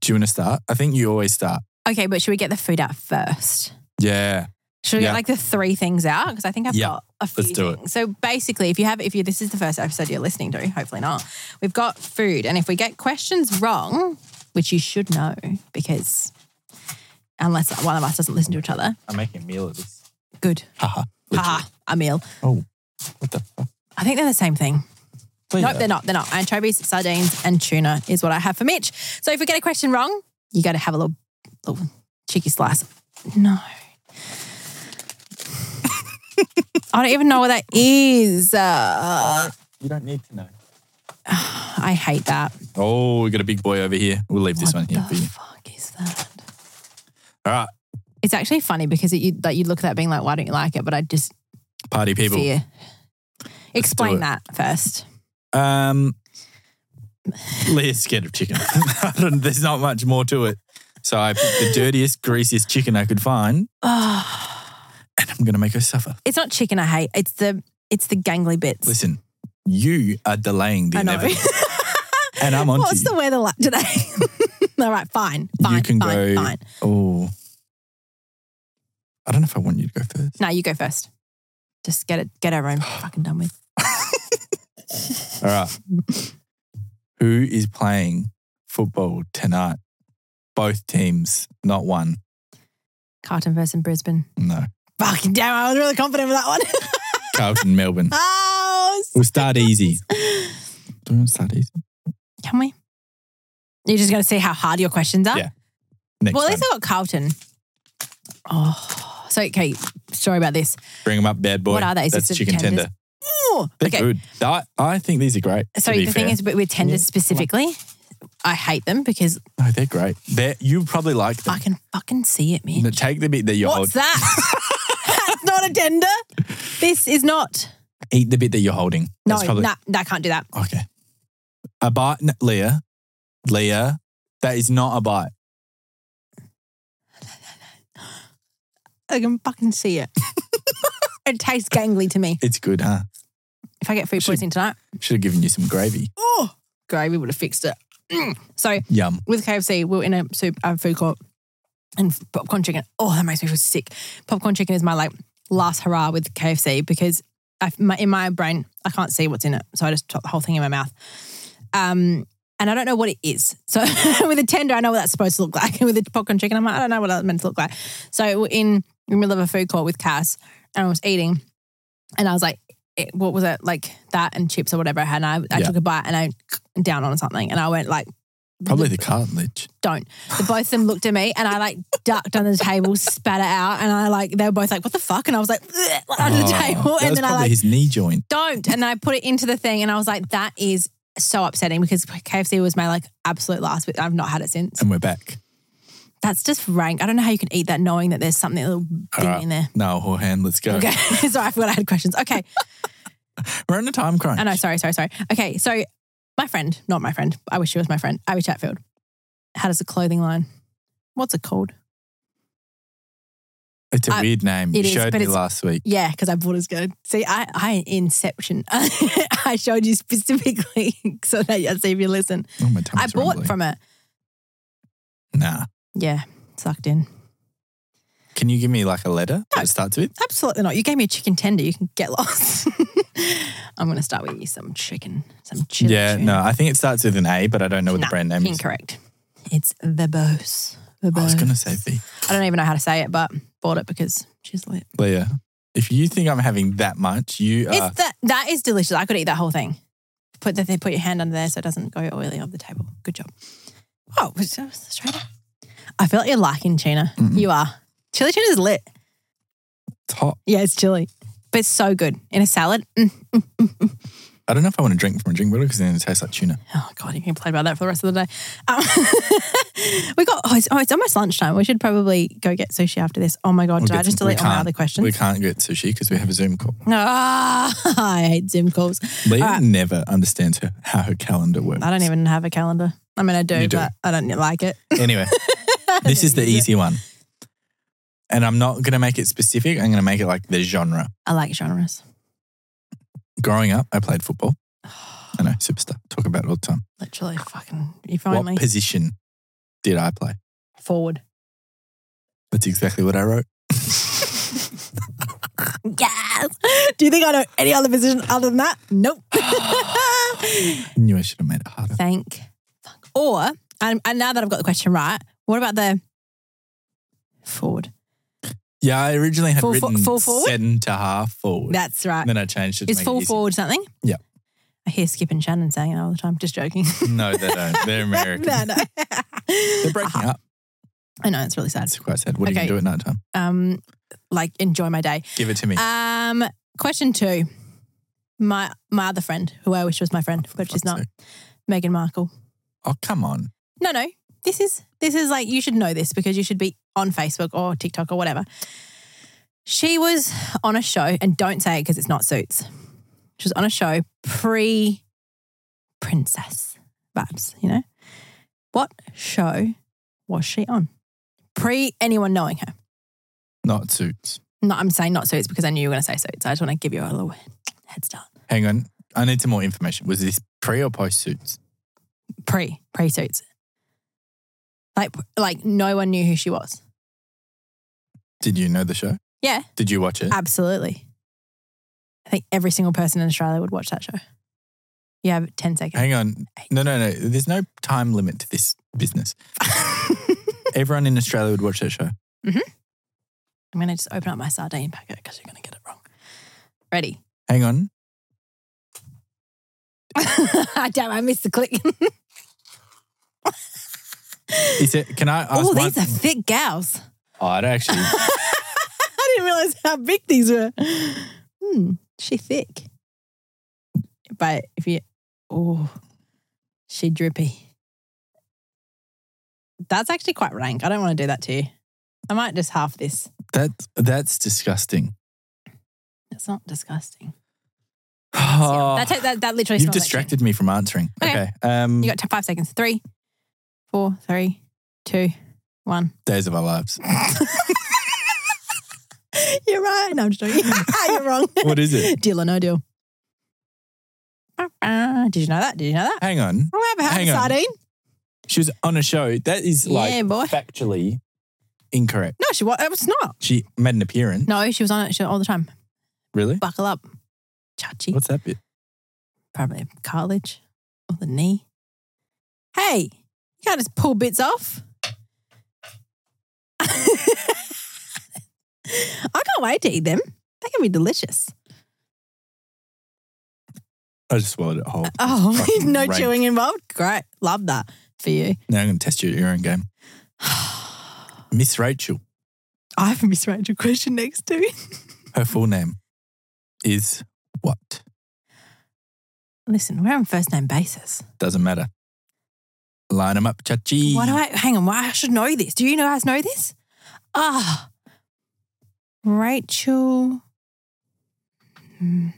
Do you want to start? I think you always start. Okay, but should we get the food out first? Yeah. Should we Yeah. get like the three things out? Because I think I've Yeah. got a few. Let's do it. things. So basically, if you have, if you this is the first episode you're listening to, hopefully not. We've got food, and if we get questions wrong, which you should know, because unless one of us doesn't listen to each other, I'm making a meal of this. good. Haha. Literally. Haha, a meal. Oh, What the fuck? I think they're the same thing. Look nope, at they're that. not. They're not. Anchovies, sardines, and tuna is what I have for Mitch. So if we get a question wrong, you got to have a little, little cheeky slice. No. I don't even know what that is. Uh, You don't need to know. I hate that. Oh, we got a big boy over here. We'll leave this one what here the for you. fuck is that? All right. It's actually funny because it, you like you look at that being like, why don't you like it? But I just Party people. fear. Explain it. that first. Um, Leah's scared of chicken. I don't- There's not much more to it. So I picked the dirtiest, greasiest chicken I could find, and I'm going to make her suffer. it's not chicken. I hate. It's the it's the gangly bits. Listen, you are delaying the I know. inevitable, and I'm on to What's you. the weather like today? All right, fine, fine, you can fine, go. fine. Oh, I don't know if I want you to go first. No, you go first. Just get it, get over and fucking done with. All right. Who is playing football tonight? Both teams, not one. Carlton versus Brisbane. No, Fucking damn, I was really confident with that one. Carlton, Melbourne. oh, We'll start easy. Do we start easy? can we? You're just gonna see how hard your questions are. Yeah, Next well, at time. least I got Carlton. Oh, so okay. Sorry about this. Bring them up, bad boy. What are they? Is That's this a chicken tenders? tender. Ooh, They're okay. good. I, I think these are great. So to be the thing fair. is, with with tenders Yeah. specifically, I hate them because no, they're great. They're, you probably like I them. can fucking see it, man. No, Take the bit that you hold. What's that? That's not a tender. This is not. Eat the bit that you're holding. No, That's probably nah, nah, I can't do that. okay. A bite, n- Leah. Leah, that is not a bite. I can fucking see it. it tastes gangly to me. It's good, huh? If I get food Should- poisoning tonight, Should have given you some gravy. oh, gravy would have fixed it. Mm. So Yum. with KFC, we we're in a soup a food court, and popcorn chicken. Oh, that makes me feel sick. Popcorn chicken is my like last hurrah with KFC because I, my, in my brain I can't see what's in it, so I just chop the whole thing in my mouth. Um, and I don't know what it is. So with a tender, I know what that's supposed to look like. And with a popcorn chicken, I'm like, I don't know what that's meant to look like. So we're in the middle of a food court with Cass, and I was eating, and I was like. It, what was it like that and chips or whatever I had? And I, I Yeah. took a bite and I down on something and I went like Probably the cartilage. don't. The both of them looked at me and I like ducked under the table, spat it out, and I like they were both like, "What the fuck?" And I was like, "Ugh," like, under the Oh, table, that and was then I probably like his knee joint. don't, and then I put it into the thing, and I was like, "That is so upsetting because KFC was my like absolute last. I've not had it since. And we're back. That's just rank. I don't know how you can eat that knowing that there's something a little thing right. in there." No, Horhan, let's go. Okay, sorry, I forgot I had questions. Okay, We're in a time crunch. I know. Sorry, sorry, sorry. Okay, so my friend, not my friend. I wish she was my friend. Abby Chatfield. How does a clothing line? What's it called? It's a I- weird name. You it is, showed but me it's- last week. Yeah, because I bought us good. See, I, I inception. I showed you specifically so that you see if you listen. Oh, my I tongue's bought rumbling. from it. Nah. Yeah, sucked in. Can you give me like a letter that it starts with? Absolutely not. You gave me a chicken tender. You can get lost. I'm going to start with you some chicken, some chili. yeah, tuna. no, I think it starts with an A, but I don't know what Nah, the brand name is. Incorrect. It's verbose. I was Verbose. going to say V. I don't even know how to say it, but bought it because she's lit. Leah, if you think I'm having that much, you are it's that. That is delicious. I could eat that whole thing. Put that. They put your hand under there so it doesn't go oily off the table. Good job. Oh, let's let's try that. I feel like you're liking tuna. Mhm. You are. Chili tuna is lit. It's hot. Yeah, it's chili, but it's so good in a salad. Mm. I don't know if I want to drink from a drink bottle because then it tastes like tuna. Oh god, you can play about that for the rest of the day. Um, we got. Oh it's, oh, it's almost lunchtime. We should probably go get sushi after this. Oh my god, We'll did get I just some- we delete all my can't- other We questions? can't get sushi because we have a Zoom call. Ah, I hate Zoom calls. Leah All right. never understands her, how her calendar works. I don't even have a calendar. I mean, I do, You do. but I don't like it. Anyway, this is the easy one. And I'm not going to make it specific. I'm going to make it like the genre. I like genres. Growing up, I played football. I know, superstar. Talk about it all the time. Literally, fucking. If What only position did I play? forward. That's exactly what I wrote. Yes. Do you think I know any other position other than that? Nope. Knew I should have made it harder. Thank. Fuck. Or and, and now that I've got the question right, what about the forward? Yeah, I originally had Full fo- written full forward? centre half forward. That's right. then I changed it. To Is make full it easy. forward something? Yeah. I hear Skip and Shannon saying it all the time. Just joking. No, they don't. They're American. no, no. They're Uh-huh. breaking up. I know it's really sad. It's quite sad. What do Okay. you do at night time? Um, like enjoy my day. Give it to me. Um, question two. My my other friend, who I wish was my friend, but she's Fuck's not, sake. Meghan Markle. Oh, come on. No, no. This is this is like you should know this because you should be on Facebook or TikTok or whatever. She was on a show, and don't say it because it's not suits. She was on a show pre Princess vibes, you know? What show was she on? Pre anyone knowing her. Not suits. No, I'm saying not suits because I knew you were going to say suits. I just want to give you a little head start. Hang on. I need some more information. Was this pre or post suits? Pre, pre suits. Like, like no one knew who she was. Did you know the show? Yeah. Uh, Did you watch it? Absolutely. I think every single person in Australia would watch that show. You have 10 seconds. Hang on. No, no, no. There's no time limit to this business. Everyone in Australia would watch that show. I'm going to just open up my sardine packet because you're going to get it wrong. Ready? Hang on. Damn, I missed the click. Is it? Can I ask? Oh, one- these are thick gals. Oh, I don't actually. I didn't realize how big these were. Hmm, she thick. But if you, oh, she drippy. That's actually quite rank. I don't want to do that to you. I might just half this. that that's disgusting. That's not disgusting. Oh, that, ta- that, that literally you've smells like distracted me from answering. Okay. Okay. Um, shit. You got t- five seconds. Three, four, three, two, one. days of our lives. You're right. No, I'm just joking. You're wrong. what is it? Deal or no deal. Ba-ba. Uh-uh. Did you know that? Did you know that? Hang on. Oh, I haven't Hang had a on. sardine. She was on a show that is like yeah, boy. factually incorrect. No, she was. It was not. She made an appearance. No, she was on it she- all the time. Really? Buckle up, chachi. What's that bit? Probably cartilage or the knee. Hey, you can't just pull bits off. I can't wait to eat them. They can be delicious. I just swallowed it whole. Oh, Fucking no rank. chewing involved. Great. Love that for you. Now I'm going to test you at your own game. Miss Rachel, I have misread your question next to it. her full name is what? Listen, we're on first name basis. Doesn't matter. Line them up, chachi. Why do I hang on? Why I should know this? Do you know guys know this? Ah, Rachel. Hmm.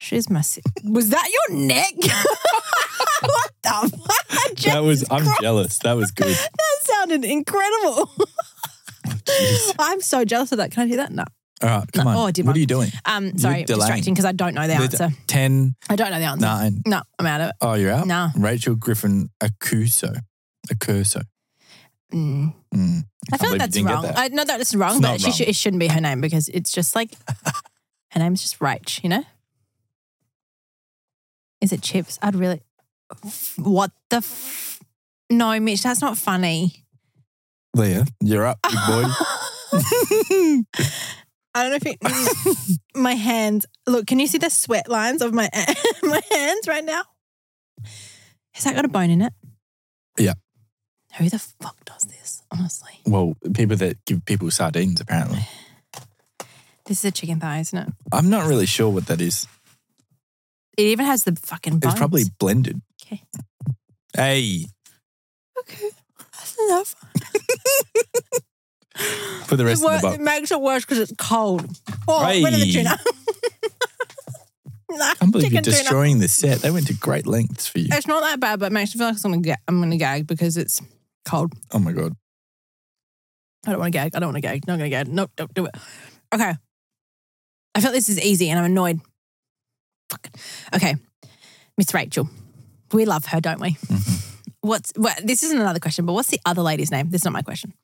She's my. Si- was that your neck? what the fuck? That was, Jesus I'm Christ, jealous. That was good. that sounded incredible. Jeez. I'm so jealous of that. Can I do that? No. All right, come No, on. oh, I what did one. are you doing? Um, sorry, delaying. distracting because I don't know the You're answer. 10, I don't know the answer. 9. No, I'm out of it. Oh, you're out? No. Rachel Griffin Acuso. Acuso. Mm. Mm. I feel like believe you that's didn't get wrong. Uh, that. I, no, that's wrong, It's but not She sh- wrong. it shouldn't be her name because it's just like her name's just Rach, you know? Is it chips? I'd really. What the? F- no, Mitch, that's not funny. Leah, you're up, big boy. um, I don't know if it, my hands. Look, can you see the sweat lines of my my hands right now? Has that got a bone in it? Yeah. Who the fuck does this? Honestly, Well, people that give people sardines, apparently. this is a chicken thigh, isn't it? I'm not really sure what that is. It even has the fucking bones. It's probably blended. Okay. Hey, okay. That's enough. for the rest It wor- of the It box. makes it worse because it's cold. Oh, where did the Hey. tuna? nah, I can't believe chicken you're tuna. destroying the set. They went to great lengths for you. It's not that bad, but it makes me feel like I'm gonna gag. I'm gonna gag because it's cold. Oh my god. I don't want to gag. I don't want to gag. Not gonna gag. Nope, don't do it. Okay. I feel this is easy, and I'm annoyed. Fuck. Okay, Miss Rachel, we love her, don't we? Mm-hmm. What's well, this isn't another question, but what's the other lady's name? This is not my question.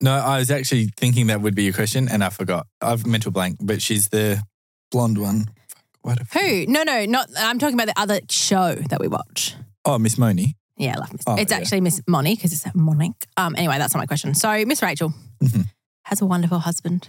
No, I was actually thinking that would be your question, and I forgot. I've mental blank, but she's the blonde one. Fuck, what a Who? No, no, not. I'm talking about the other show that we watch. oh, Miss Moni. Yeah, I love Miss. Oh, it's yeah. actually Miss Monique because it's Monique. Um, anyway, that's not my question. So Miss Rachel Mhm. has a wonderful husband.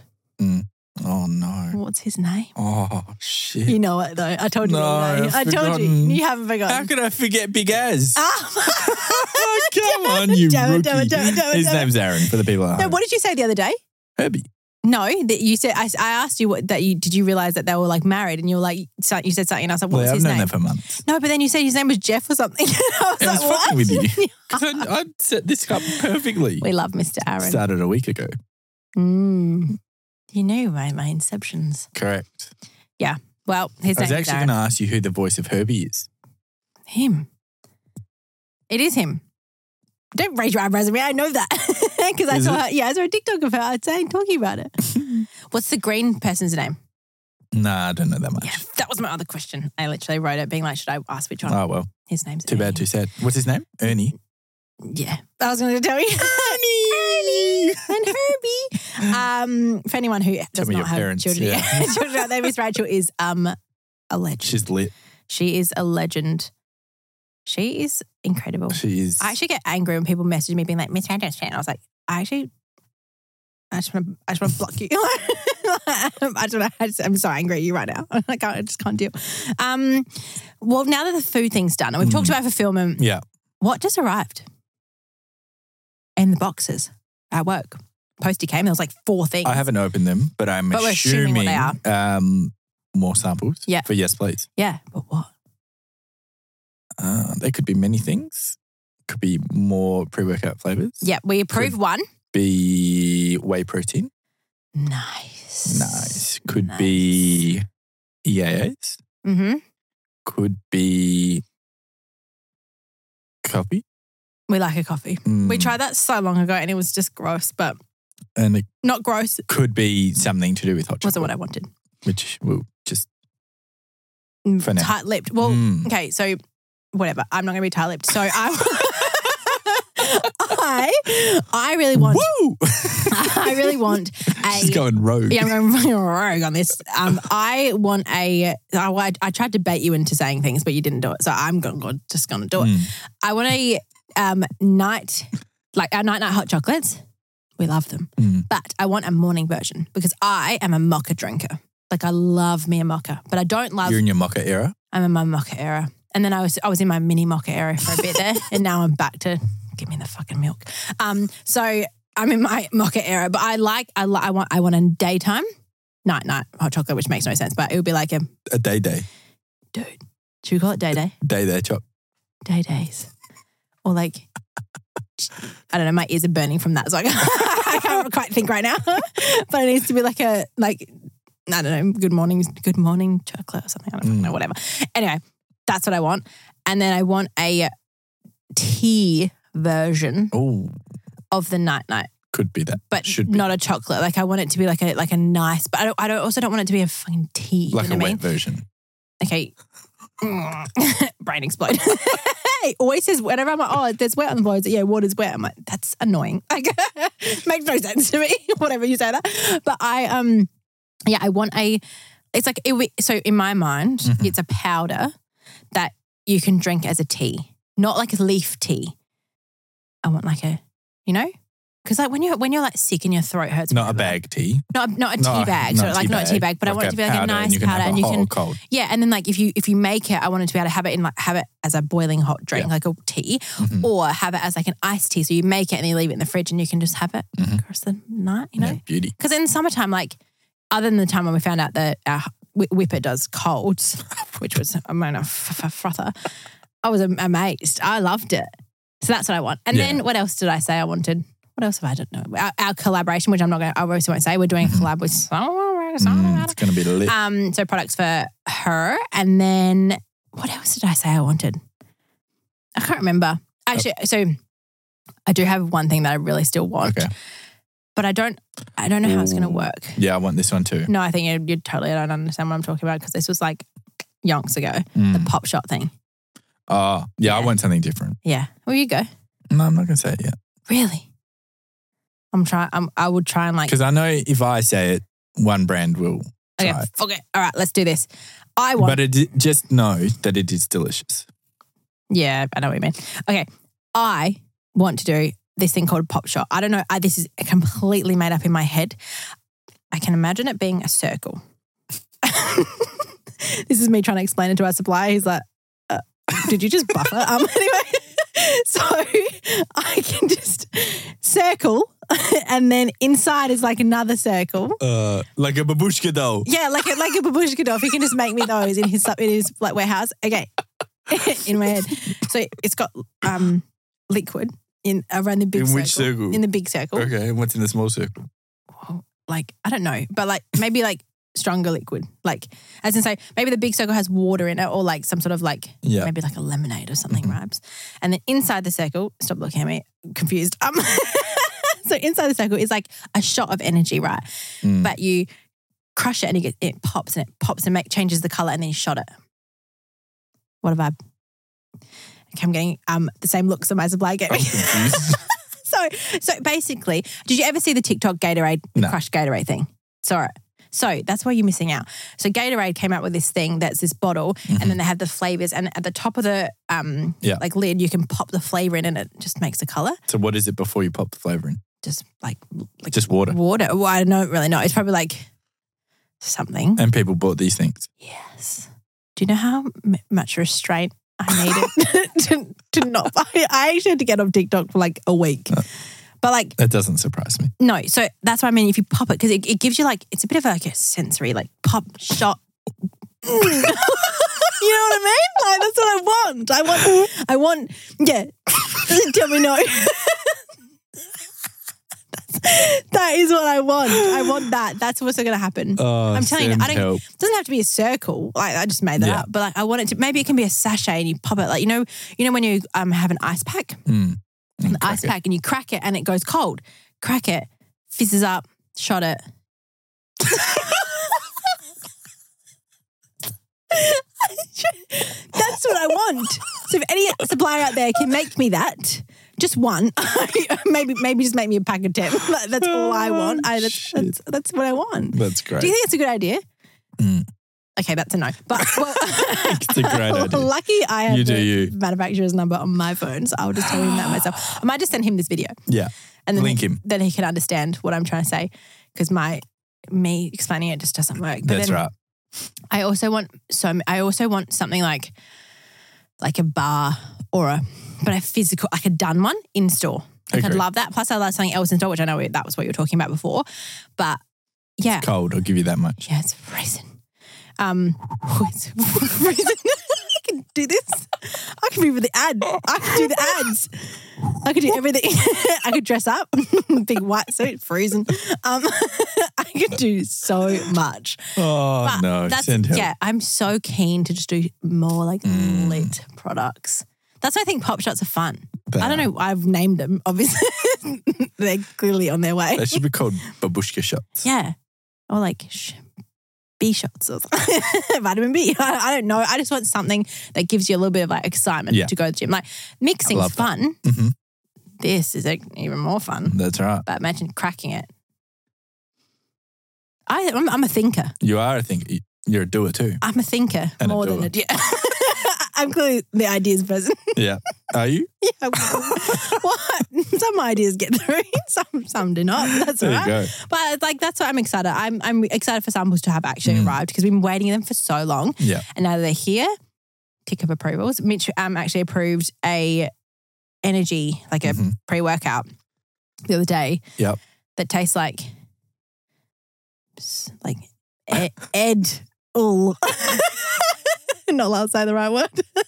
Oh no. What's his name? Oh shit. You know it though. I told you. No, already. I've I told you. forgotten. You haven't How forgotten. could I forget Big Az? Ah. Come on, you Damn rookie. it, damn it, damn it, damn it, His damn it. name's Aaron for the people at No, home. what did you say the other day? Herbie. No, that you said. I, I asked you what that you did. You realize that they were like married, and you were like, so- you said something, and I was like, what Well, was I've his known name? that for months. No, but then you said his name was Jeff or something. I was I like, was fucking what? with you. 'Cause I, I set this up perfectly. we love Mr. Aaron. Started a week ago. Mm. You knew my my inceptions. Correct. Well, his I was name is actually Aaron. going to ask you who the voice of Herbie is. Him. It is him. Don't raise your eyebrows at me. I know that because I Is saw her. Yeah, I saw a TikTok of her outside talking about it. What's the green person's name? Nah, I don't know that much. Yeah, that was my other question. I literally wrote it, being like, should I ask which one? Oh, well. His name's Too bad, Ernie. too sad. What's his name? Ernie. Yeah, I was going to tell you. Ernie and Herbie. Um, for anyone who does me not your have parents, children, yeah. children out there, Miss Rachel is um a legend. She's lit. she is a legend. She is incredible. She is. I actually get angry when people message me being like, Miss Rachel's fan. I was like, I actually, I just want to, I just want to block you. I just want to, I'm so angry at you right now. I can't, I just can't deal. Um, well, now that the food thing's done and we've talked Mm. about fulfillment, Yeah. what just arrived in the boxes at work? Postie came, there was like four things. I haven't opened them, but I'm But we're assuming what assuming, they um, more samples Yeah. for Yes Please. yeah, but what? Uh, they could be many things. Could be more pre workout flavors. Yeah, we approved one. Be whey protein. Nice. Nice. Could be E EAAs. Mm-hmm. Could be coffee. We like a coffee. We Mm, tried that so long ago and it was just gross, but And it not gross. could be something to do with hot Wasn't chocolate, what I wanted. which we'll just. For now. Tight lipped. Well, Mm. okay, so whatever. I'm not going to be tight lipped. So I, I, I really want. Woo! I really want a. She's going rogue. yeah, I'm going fucking rogue on this. Um, I want a. I, wa- I tried to bait you into saying things, but you didn't do it. So I'm gonna, go- just going to do it. Mm. I want a um, night, like our night night hot chocolates. We love them. Mm. But I want a morning version because I am a mocha drinker. Like I love me a mocha, but I don't love. You're in your mocha era. I'm in my mocha era. And then I was I was in my mini mocha era for a bit there. and now I'm back to give me the fucking milk. Um, so I'm in my mocha era, but I like I li- I want I want a daytime, night night hot chocolate, which makes no sense, but it would be like a A day day. dude. Should we call it day day? Day day chop. Day days. Or like I don't know, my ears are burning from that. So I can't, I can't quite think right now. but it needs to be like a like I don't know, good morning, good morning chocolate or something. I don't fucking know, Mm. whatever. Anyway, that's what I want. And then I want a tea version Oh, of the night night, could be that. but Should be. not a chocolate. Like I want it to be like a like a nice, but I don't, I don't also don't want it to be a fucking tea. Like you know a what I wet mean? version. okay. Mm. Brain explode. It Always says whenever I'm like, oh, there's wet on the boards. Yeah, water's wet. I'm like, that's annoying. Like, makes no sense to me. Whatever you say that, but I um, yeah, I want a. It's like it, would- so in my mind, Mhm. it's a powder that you can drink as a tea, not like a leaf tea. I want like a, you know, Because like when you're when you're like sick and your throat hurts, Not a whatever. bag tea. not not a tea No, bag, so not a like tea not a tea bag, but I want it a to be like a nice and you can powder, have a and you hot can or cold. yeah, and then like if you if you make it, I wanted to be able to have it in like have it as a boiling hot drink, Yeah. like a tea, Mhm. or have it as like an iced tea. So you make it and you leave it in the fridge, and you can just have it Mhm. across the night, you know. Yeah, beauty. Because in summertime, like other than the time when we found out that our wh- whipper does colds, which was a minor f- f- frother, I was am- amazed. I loved it. So that's what I want. And Yeah. then what else did I say I wanted? What else have I don't know? Our, our collaboration, which I'm not going. to I obviously won't say. We're doing a Mm-hmm. collab with. Mm, it's going to be lit. Um, so products for her, and then what else did I say I wanted? I can't remember actually. Oh. So I do have one thing that I really still want, Okay. but I don't. I don't know how it's going to Ooh. work. yeah, I want this one too. No, I think you, you totally don't understand what I'm talking about because this was like yonks ago, the Mm. pop shot thing. Oh, yeah, I Yeah. want something different. Yeah. Well, you go. No, I'm not going to say it yet. Really? I'm trying. I'm, I would try and like. Because I know if I say it, one brand will. Okay. try it. Fuck it. All right. Let's do this. I want. But it, just know that it is delicious. Yeah, I know what you mean. Okay, I want to do this thing called pop shot. I don't know. I, this is completely made up in my head. I can imagine it being a circle. this is me trying to explain it to our supplier. He's like, uh, "Did you just buffer?" Um, anyway, so I can just circle, and then inside is like another circle. Uh, like a babushka doll. Yeah, like a, like a babushka doll. If he can just make me those in his in his like warehouse. Okay, in my head. So it's got um liquid in around the big In circle. which circle? In the big circle. Okay, and what's in the small circle? Oh, Like I don't know, but like maybe like stronger liquid. Like as in so maybe the big circle has water in it or like some sort of like Yeah. maybe like a lemonade or something Mhm. rhymes. And then inside the circle, stop looking at me, confused. Um so inside the circle is like a shot of energy, right? Mm. but you crush it and you get, it pops and it pops and make changes the color and then you shot it. What a vibe. Okay, I'm getting um, the same looks that my supply gave me. I'm confused. so, so basically, did you ever see the TikTok Gatorade, the No. crushed Gatorade thing? Saw it. So that's why you're missing out. So Gatorade came out with this thing that's this bottle, and then they have the flavors, and at the top of the um, Mm-hmm. Yeah. like lid, you can pop the flavor in, and it just makes a color, so what is it before you pop the flavour in? just like like Just water. water. Well, I don't really know. It's probably like something. And people bought these things. Yes. Do you know how m- much restraint I needed to, to not buy? I actually had to get off TikTok for like a week. But like, That doesn't surprise me. no. So that's what I mean. If you pop it, because it, it gives you like, it's a bit of like a sensory, like pop shot. you know what I mean? Like, that's what I want. I want, I want, yeah. Tell me no. That's- that is what I want. I want that. That's what's going to happen. Oh, I'm telling you, I send don't- help. It doesn't have to be a circle. Like I just made that Yeah. up, but like I want it to. Maybe it can be a sachet, and you pop it. Like you know, you know when you um have an ice pack, Mm. an Crack ice it. pack, and you crack it, and it goes cold. Crack it, fizzes up. Shot it. That's what I want. So if any supplier out there can make me that, just one, maybe maybe just make me a pack of ten. Like, that's all I want. I, that's, Shit. that's that's what I want. That's great. Do you think it's a good idea? Mm. Okay, that's a no. But well, It's a great idea. Lucky I have You do the you. manufacturer's number on my phone, so I'll just tell him that myself. I might just send him this video. Yeah. and then Link he, him. Then he can understand what I'm trying to say because my me explaining it just doesn't work. But That's then right. I also want so I also want something like like a bar or a but a physical like a done one in store. Like I'd Agreed. love that. Plus I love something else in store, which I know that was what you were talking about before. But yeah, Cold, I'll give you that much. yeah, it's freezing. Um, it's freezing. I can do this. I can be with the ad. I can do the ads. I could do everything. I could dress up, big white suit, freezing. Um, I could do so much. Oh, But no. Send help. yeah. I'm so keen to just do more like Mm. lit products. That's why I think pop shots are fun. They I don't know. I've named them. Obviously, they're clearly on their way. They should be called babushka shots. Yeah. Or like sh- B shots or something. vitamin B. I, I don't know. I just want something that gives you a little bit of like excitement Yeah. to go to the gym. Like mixing's love that. fun. Mhm. This is like, even more fun. That's right. But imagine cracking it. I, I'm, I'm a thinker. You are, I think. You're a doer too. I'm a thinker And a more than doer. a yeah. I'm clearly the ideas person. Yeah. Are you? Yeah, well, what? Some ideas get through, some some do not. That's all There you right. go. But like that's what I'm excited. I'm I'm excited for samples to have actually Mm. arrived because we've been waiting them for so long. Yeah. And now that they're here, tick of approvals. Mitch um, actually approved a energy, like a Mhm. pre workout the other day. Yep. That tastes like s- like e- Ed Ul. Not allowed to say the right word.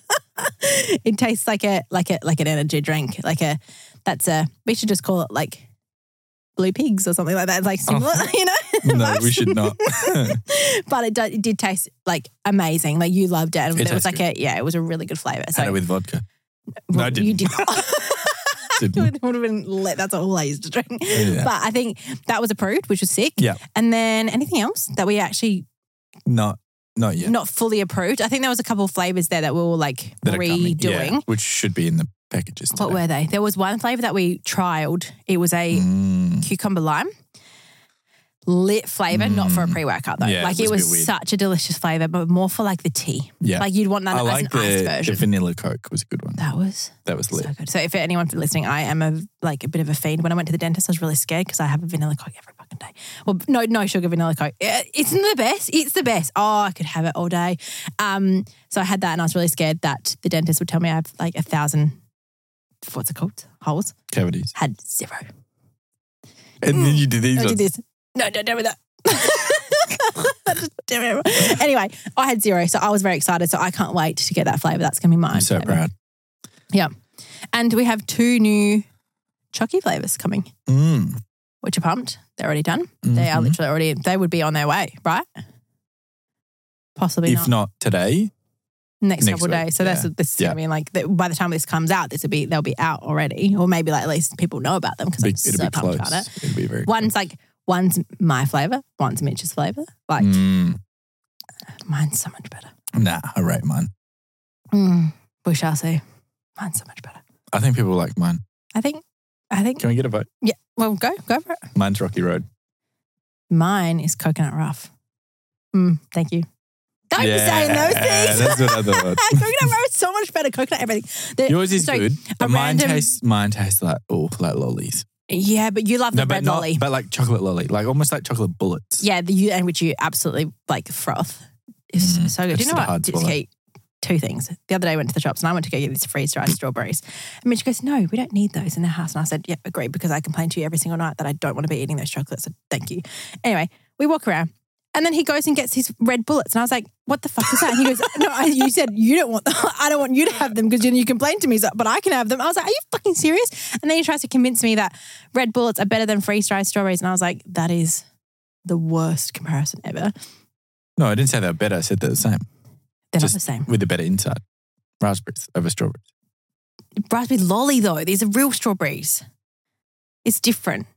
it tastes like a like a like an energy drink. Like a that's a we should just call it like blue pigs or something like that. Like similar, you know? Oh. No, we should not. but it, do, it did taste like amazing. Like you loved it, and It it, was tastes like a yeah, it was a really good flavor. So Had it with vodka. no, I didn't. you did. Didn't. it would have been lit. That's all I used to drink. Yeah. But I think that was approved, which was sick. Yeah. And then anything else that we actually Not, not yet. not fully approved. I think there was a couple of flavors there that we were like That are coming. redoing. Yeah, which should be in the packages. What today. were they? There was one flavor that we trialed. It was a Mm. cucumber lime. Lit flavor, not for a Mm. pre workout though. Yeah, like it it was a was, bit weird. such a delicious flavor, but more for like the tea. Yeah. Like you'd want that I as like an iced the, the version. vanilla Coke was a good one. that was That was so lit. good. So if anyone listening, I am a like a bit of a fiend. When I went to the dentist, I was really scared because I have a vanilla coke every fucking day. Well, no, no sugar vanilla coke. Eh, It's the best. It's the best. Oh, I could have it all day. Um, so I had that, and I was really scared that the dentist would tell me I have like a thousand. What's it called? Holes. Cavities. Had zero. And then you did these I ones. did Mm. this. No, don't do that. Damn it. anyway, I had zero, so I was very excited. So I can't wait to get that flavor. That's gonna be mine. I'm so proud. And we have two new chocky flavors coming, Mm. which are pumped. They're already done. They are Mhm. literally already. They would be on their way, right? Possibly If not. not today, next, next couple of week, days. So yeah. that's this. is Yeah. gonna be like that- by the time this comes out, this will be they'll be out already, or maybe like at least people know about them because be- I'm it'll so be pumped close. about it. It'll be very One's like one's my flavor, one's Mitch's flavor. Like close. Mm. mine's so much better. Nah, I rate mine. Mm, we shall see. Mine's so much better. I think people like mine. I think. I think. Can we get a vote? Well, go go for it. Mine's Rocky Road. Mine is coconut rough. Mm, thank you. Don't be saying those things. That's what I thought. coconut rough is so much better. Coconut everything. The- Yours is sorry, good. But mine random- tastes mine tastes like oh like lollies. Yeah, but you love the but red not lolly. but like chocolate lolly. Like almost like chocolate bullets. Yeah, the, you and which you absolutely like froth. It's Mm, so good. Do it's you know the what? hard Just swallow. get two things. The other day I went to the shops and I went to go get these freeze Mm. dried strawberries. And Mitch goes, No, we don't need those in the house. And I said, Yeah, agree, because I complain to you every single night that I don't want to be eating those chocolates. So thank you. Anyway, we walk around. And then he goes and gets his red bullets, and I was like, "What the fuck is that?" And he goes, "No, I, you said you don't want. Them. I don't want you to have them because you, you complain to me, so- but I can have them." I was like, "Are you fucking serious?" And then he tries to convince me that red bullets are better than freeze dried strawberries, and I was like, "That is the worst comparison ever. No, I didn't say they're better. I said they're the same They're Just- not the same. with the better inside. Raspberries over strawberries. Raspberry lolly though, these are real strawberries. It's different.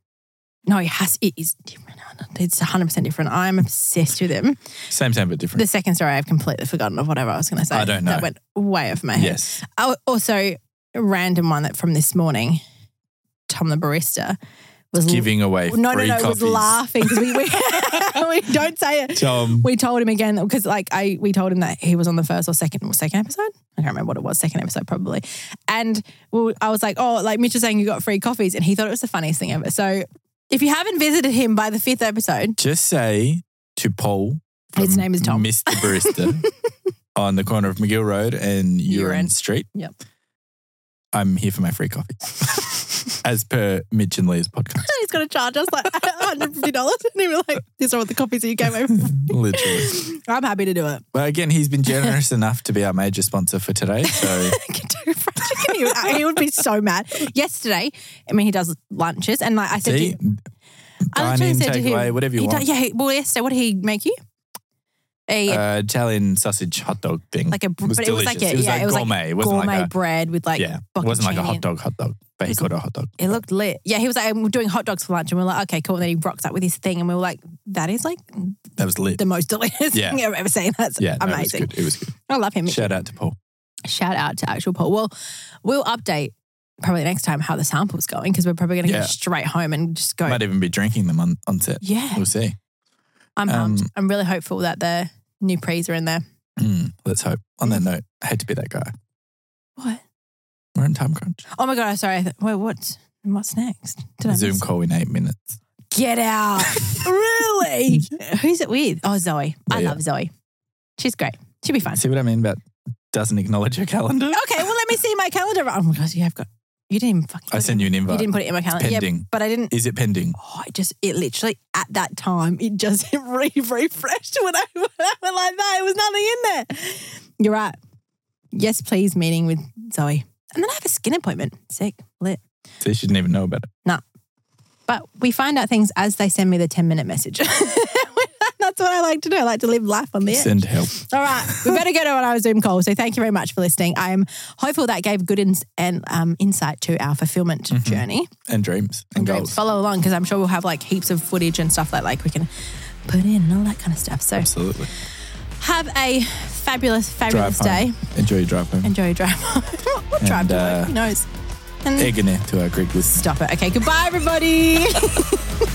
No, it has. It is different. It's one hundred percent different. I'm obsessed with them. Same, same, but different. The second story, I've completely forgotten of whatever I was going to say. I don't know. That went way off my head. yes. I- also, a random one that from this morning, Tom the barista was Giving away No, no, free no. coffees. Was laughing because we, we, we don't say it. Tom. we told him again because like I we told him that he was on the first or second second episode. I can't remember what it was, second episode probably. And we, I was like, oh, like Mitch was saying you got free coffees, and he thought it was the funniest thing ever. So if you haven't visited him by the fifth episode, Just say to Paul. His from name is Tom. Mr. Barista on the corner of McGill Road and Urine Urine. Street. Yep. I'm here for my free coffee. As per Mitch and Leah's podcast. he's gonna charge us like $150. And he was like, these are all the coffees that you gave over. Literally. I'm happy to do it. But again, he's been generous enough to be our major sponsor for today. So Get to fried chicken. He would, he would be so mad. Yesterday, I mean, he does lunches, and like I said, to, see, I dine literally in, said to take him, away, whatever you he do- want. yeah, he- well, yesterday, what did he make you? A Uh, Italian sausage hot dog thing. like a It was but it was like delicious. a, It was yeah, like it was gourmet. like It wasn't like gourmet a- bread with like yeah. It bocconcini wasn't like a in- hot dog, hot dog, but It he was- called it a hot dog. It looked lit. Yeah, he was like, we're doing hot dogs for lunch, and we are like, okay, cool. And then he rocks up with his thing, and we were like, that is like That was lit. the most delicious Yeah. thing I've ever seen. That's Yeah, no, amazing. It was good. It was good. I love him. Shout out to Paul. Shout out to actual Paul. Well, we'll update probably next time how the sample's going because we're probably going to Yeah. go straight home and just go. Might even be drinking them on, on set. yeah, We'll see. I'm pumped. um, I'm really hopeful that the new Hmm, pre's are in there. Mm, let's hope. On that note, I hate to be that guy. What? We're on time crunch. Oh my god! I'm Sorry. I th- wait, what's what's next? Did I Zoom miss- call in eight minutes. Get out! really? Who's it with? Oh, Zoe. I Yeah. love Zoe. She's great. She'll be fine. See what I mean about doesn't acknowledge your calendar? Okay. Well, let me see my calendar. Oh my gosh, you have got. You didn't even fucking. I put it- sent you an You invite. didn't uh, put it in my calendar. Yeah, pending. but I didn't. Is it pending? Oh, it just it literally at that time it just re refreshed when I, when I went like that. It was nothing in there. You're right. Yes, please. Meeting with Zoe, and then I have a skin appointment. Sick, lit. So she didn't even know about it. But we find out things as they send me the ten minute message. That's what I like to do. I like to live life on the edge. Send help. All right, we better go to our Zoom call. So thank you very much for listening. I am hopeful that gave good ins- and um, insight to our fulfillment journey. And dreams Dreams. and, Mm-hmm. goals. Follow along because I'm sure we'll have like heaps of footage and stuff like like we can put in and all that kind of stuff. So Absolutely. have a fabulous, Drive fabulous day. home. Enjoy your drive home. Enjoy your drive home. or drive And, to uh, work. Who knows? And Egg in it to our Greek listeners. stop it. Okay, goodbye, everybody.